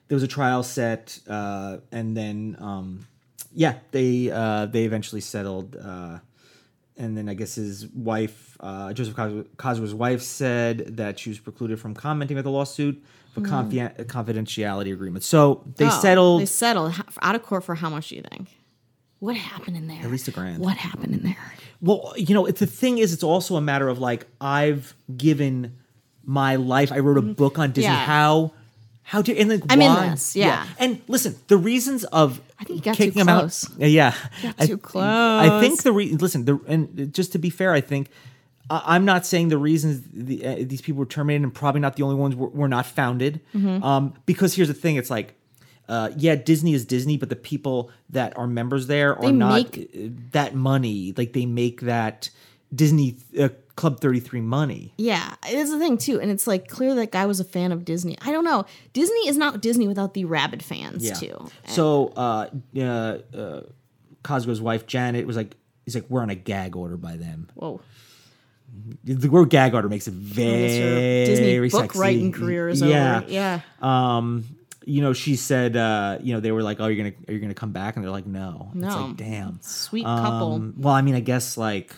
Speaker 2: there was a trial set, uh, and then um, yeah, they uh, they eventually settled. Uh, and then I guess his wife, uh, Joseph Cos- Cosgrove's wife, said that she was precluded from commenting at the lawsuit for confi- confidentiality agreement. So Hmm. they
Speaker 1: Oh,
Speaker 2: settled.
Speaker 1: They settled Ho- out of court for how much? Do you think? What happened in there? At
Speaker 2: least a grand.
Speaker 1: What happened in there?
Speaker 2: Well, you know, it's the thing is, it's also a matter of like I've given my life. I wrote a book on Disney.
Speaker 1: Mm-hmm. Yeah.
Speaker 2: How, how do and like
Speaker 1: I'm in
Speaker 2: why?
Speaker 1: this, yeah.
Speaker 2: And listen, the reasons of I
Speaker 1: think you got too
Speaker 2: kicking him out.
Speaker 1: close.
Speaker 2: Yeah, I-
Speaker 1: too
Speaker 2: I
Speaker 1: close.
Speaker 2: think the reason. Listen, the and just to be fair, I think. I- I'm not saying the reasons the, uh, these people were terminated, and probably not the only ones were, were not founded.
Speaker 1: Mm-hmm.
Speaker 2: Um, because here's the thing: it's like, uh, yeah, Disney is Disney, but the people that are members there are
Speaker 1: They
Speaker 2: not
Speaker 1: make-
Speaker 2: uh, that money. Like they make that Disney uh, Club 33 money.
Speaker 1: Yeah, it's the thing too, and it's like clear that guy was a fan of Disney. I don't know. Disney is not Disney without the rabid fans too.
Speaker 2: So uh, uh, uh, Cosgrove's wife Janet was like, "He's like, we're on a gag order by them.
Speaker 1: Whoa,
Speaker 2: The word gag order makes it
Speaker 1: I guess your
Speaker 2: very
Speaker 1: Oh, Disney book
Speaker 2: sexy.
Speaker 1: writing career is over. Yeah,
Speaker 2: um you know she said uh you know they were like oh you're gonna are you gonna come back and they're like no it's
Speaker 1: No.
Speaker 2: like damn
Speaker 1: sweet couple.
Speaker 2: Um, well i mean i guess like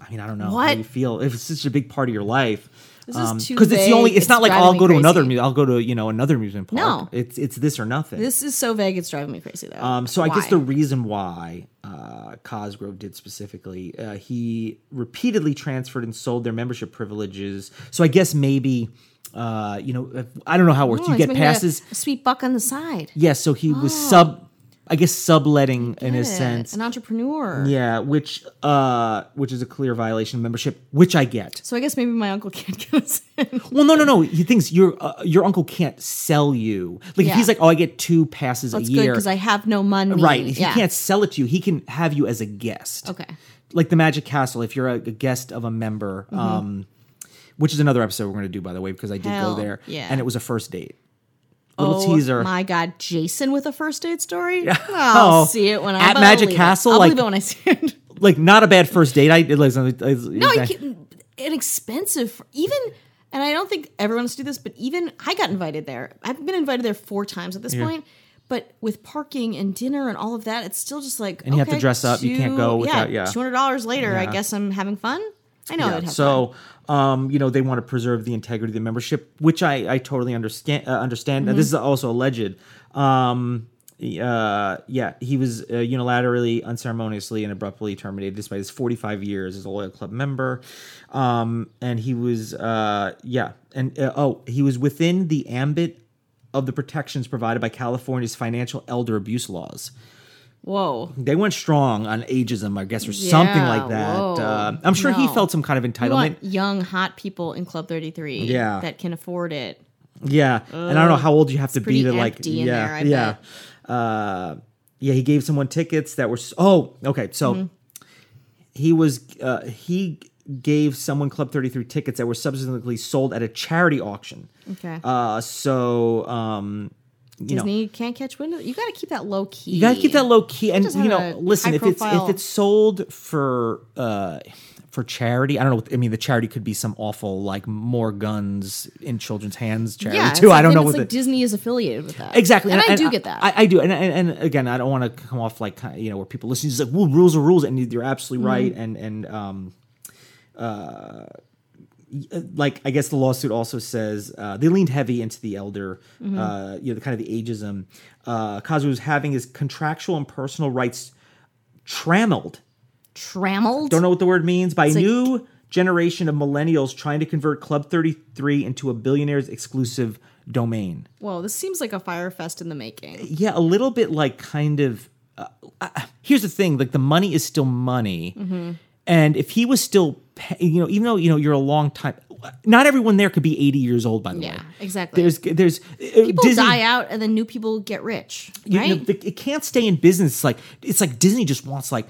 Speaker 2: i mean i don't know how
Speaker 1: What?
Speaker 2: you feel if it's such a big part of your life um,
Speaker 1: This is too
Speaker 2: it's the
Speaker 1: vague.
Speaker 2: only it's,
Speaker 1: It's
Speaker 2: not like
Speaker 1: driving
Speaker 2: i'll
Speaker 1: me
Speaker 2: go to another
Speaker 1: crazy.
Speaker 2: mu- i'll go to you know another amusement park
Speaker 1: No.
Speaker 2: it's it's this or nothing
Speaker 1: this is so vague; it's driving me crazy though.
Speaker 2: um, so I guess
Speaker 1: Why?
Speaker 2: the reason why uh, Cosgrove did specifically, uh, he repeatedly transferred and sold their membership privileges. So I guess maybe, uh, you know, if- I don't know how it works.
Speaker 1: Oh,
Speaker 2: you
Speaker 1: he's
Speaker 2: get
Speaker 1: making a-
Speaker 2: passes.
Speaker 1: a sweet buck on the side.
Speaker 2: Yes, so he was
Speaker 1: Oh.
Speaker 2: sub, I guess subletting in a
Speaker 1: Yeah,
Speaker 2: sense.
Speaker 1: an entrepreneur.
Speaker 2: Yeah, which uh, which is a clear violation of membership, which I get.
Speaker 1: So I guess maybe my uncle can't [LAUGHS] get us in.
Speaker 2: Well, no, no, no. He thinks your uh, your uncle can't sell you. Like if
Speaker 1: Yeah.
Speaker 2: he's like, oh, I get two passes
Speaker 1: That's
Speaker 2: a
Speaker 1: good
Speaker 2: year.
Speaker 1: because I have no money.
Speaker 2: right, if
Speaker 1: yeah.
Speaker 2: he can't sell it to you, he can have you as a guest.
Speaker 1: Okay.
Speaker 2: like the Magic Castle, if you're a, a guest of a member,
Speaker 1: Mm-hmm.
Speaker 2: um, which is another episode we're going to do, by the way, because I did
Speaker 1: Hell,
Speaker 2: go there,
Speaker 1: yeah.
Speaker 2: and it was a first date. Little
Speaker 1: Oh,
Speaker 2: teaser.
Speaker 1: My God, Jason with a first date story.
Speaker 2: Oh,
Speaker 1: I'll see it when I
Speaker 2: at
Speaker 1: but I'll
Speaker 2: Magic
Speaker 1: believe it.
Speaker 2: Castle,
Speaker 1: I'll
Speaker 2: like-
Speaker 1: believe it when I see
Speaker 2: [LAUGHS]
Speaker 1: it.
Speaker 2: Like not a bad first date. I it was, it was-
Speaker 1: No,
Speaker 2: I-
Speaker 1: you can, an expensive, even, and I don't think everyone's do this, but even I got invited there. I've been invited there four times at this point, but with parking and dinner and all of that, it's still just like and
Speaker 2: you have to dress up. You can't go without- yeah.
Speaker 1: two hundred dollars later. I
Speaker 2: Yeah.
Speaker 1: guess I'm having fun. I know
Speaker 2: Yeah,
Speaker 1: I would have fun.
Speaker 2: so um, you know they want to preserve the integrity of the membership, which I, I totally understand. Uh, understand. And This
Speaker 1: Mm-hmm.
Speaker 2: is also alleged. Um, uh, yeah, he was uh, unilaterally, unceremoniously, and abruptly terminated despite his 45 years as a loyal club member. Um, and he was, uh, yeah, and uh, oh, he was within the ambit of the protections provided by California's financial elder abuse laws
Speaker 1: Whoa,
Speaker 2: they went strong on ageism, I guess, or something
Speaker 1: Yeah,
Speaker 2: like that.
Speaker 1: whoa.
Speaker 2: Uh, I'm sure he
Speaker 1: No.
Speaker 2: felt some kind of
Speaker 1: I
Speaker 2: entitlement.
Speaker 1: want young hot people in Club Thirty Three.
Speaker 2: Yeah.
Speaker 1: that can afford it.
Speaker 2: Yeah, and I don't know how old you have to be
Speaker 1: pretty
Speaker 2: to like,
Speaker 1: empty in
Speaker 2: yeah,
Speaker 1: there, I
Speaker 2: yeah,
Speaker 1: Mm-hmm.
Speaker 2: Uh, yeah. He gave someone tickets that were s- oh okay. So he was uh, he gave someone Club 33 tickets that were subsequently sold at a charity auction.
Speaker 1: Okay.
Speaker 2: Uh, so um, you know.
Speaker 1: Disney can't catch wind of You got to keep that low key.
Speaker 2: You gotta keep that low key, and
Speaker 1: just
Speaker 2: you
Speaker 1: have a
Speaker 2: know, listen. If it's
Speaker 1: high-profile-
Speaker 2: if it's sold for uh for charity, I don't know. What, I mean, the charity could be some awful like more guns in children's hands charity
Speaker 1: Yeah,
Speaker 2: too.
Speaker 1: it's
Speaker 2: I don't
Speaker 1: like-
Speaker 2: know
Speaker 1: it's
Speaker 2: what
Speaker 1: like
Speaker 2: the,
Speaker 1: Disney is affiliated with that.
Speaker 2: Exactly,
Speaker 1: and, I do get that.
Speaker 2: I, I do, and, and and again, I don't want to come off like kinda, you know where people listen to like, well, rules are rules, and you're
Speaker 1: Mm-hmm.
Speaker 2: absolutely right, and and um, uh, y- like I guess the lawsuit also says uh, they leaned heavy into the elder,
Speaker 1: Mm-hmm.
Speaker 2: uh, you know, the kind of the ageism. Uh, Kazu was having his contractual and personal rights trammeled
Speaker 1: Trammeled.
Speaker 2: don't know what the word means by a
Speaker 1: like-
Speaker 2: new generation of millennials trying to convert Club Thirty Three into a billionaire's exclusive domain.
Speaker 1: Whoa, this seems like a fire fest in the making.
Speaker 2: yeah a little bit like kind of uh, uh, here's the thing like the money is still money
Speaker 1: Mm-hmm.
Speaker 2: and if he was still pay, you know even though you know you're a long time not everyone there could be 80 years old by the way
Speaker 1: Yeah, exactly.
Speaker 2: there's there's uh,
Speaker 1: people die out, and then new people get rich,
Speaker 2: you know,
Speaker 1: right?
Speaker 2: the- it can't stay in business it's like it's like disney just wants like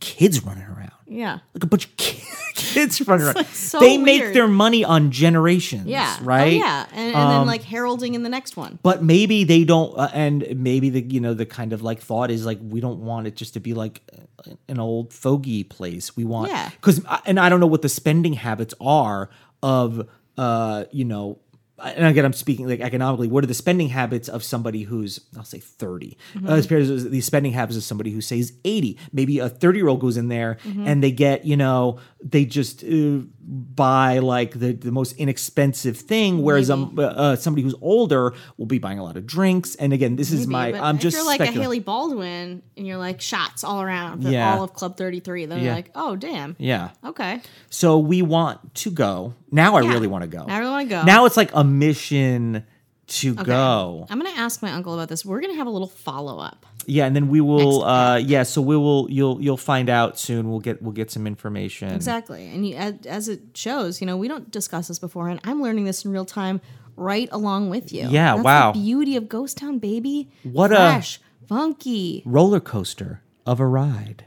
Speaker 2: kids running around
Speaker 1: yeah.
Speaker 2: like a bunch of [LAUGHS] ki- kids running around
Speaker 1: like so
Speaker 2: they make
Speaker 1: weird.
Speaker 2: their money on generations
Speaker 1: Yeah. Oh,
Speaker 2: right Um,
Speaker 1: yeah. And, and then like heralding in the next one.
Speaker 2: but maybe they don't uh, and maybe the you know the kind of like thought is like we don't want it just to be like uh, an old fogey place we want
Speaker 1: Yeah.
Speaker 2: because and i don't know what the spending habits are of uh you know and again i'm speaking like economically what are the spending habits of somebody who's i'll say 30
Speaker 1: Mm-hmm.
Speaker 2: uh, as opposed to the spending habits of somebody who says 80 maybe a 30 year old goes in there
Speaker 1: Mm-hmm.
Speaker 2: and they get you know they just uh, buy like the, the most inexpensive thing whereas um, uh, uh, somebody who's older will be buying a lot of drinks and again this is my
Speaker 1: But
Speaker 2: i'm
Speaker 1: if
Speaker 2: just
Speaker 1: you're like a
Speaker 2: speculating.
Speaker 1: Haley Baldwin, and you're like shots all around for
Speaker 2: Yeah.
Speaker 1: all of Club 33. Then
Speaker 2: Yeah.
Speaker 1: you're like, oh damn.
Speaker 2: yeah
Speaker 1: Okay.
Speaker 2: So we want to go. Now I
Speaker 1: Yeah.
Speaker 2: really want to go.
Speaker 1: Now I really wanna go.
Speaker 2: Now it's like a mission to go.
Speaker 1: I'm gonna ask my uncle about this. We're gonna have a little follow up.
Speaker 2: Yeah, and then we will
Speaker 1: Next
Speaker 2: uh yeah, so we will you'll you'll find out soon. We'll get we'll get some information.
Speaker 1: Exactly. And you, as, as it shows, you know, we don't discuss this before, and I'm learning this in real time right along with you.
Speaker 2: Yeah,
Speaker 1: That's
Speaker 2: wow.
Speaker 1: The beauty of Ghost Town, baby.
Speaker 2: What a-
Speaker 1: Fresh, funky.
Speaker 2: Roller coaster of a ride.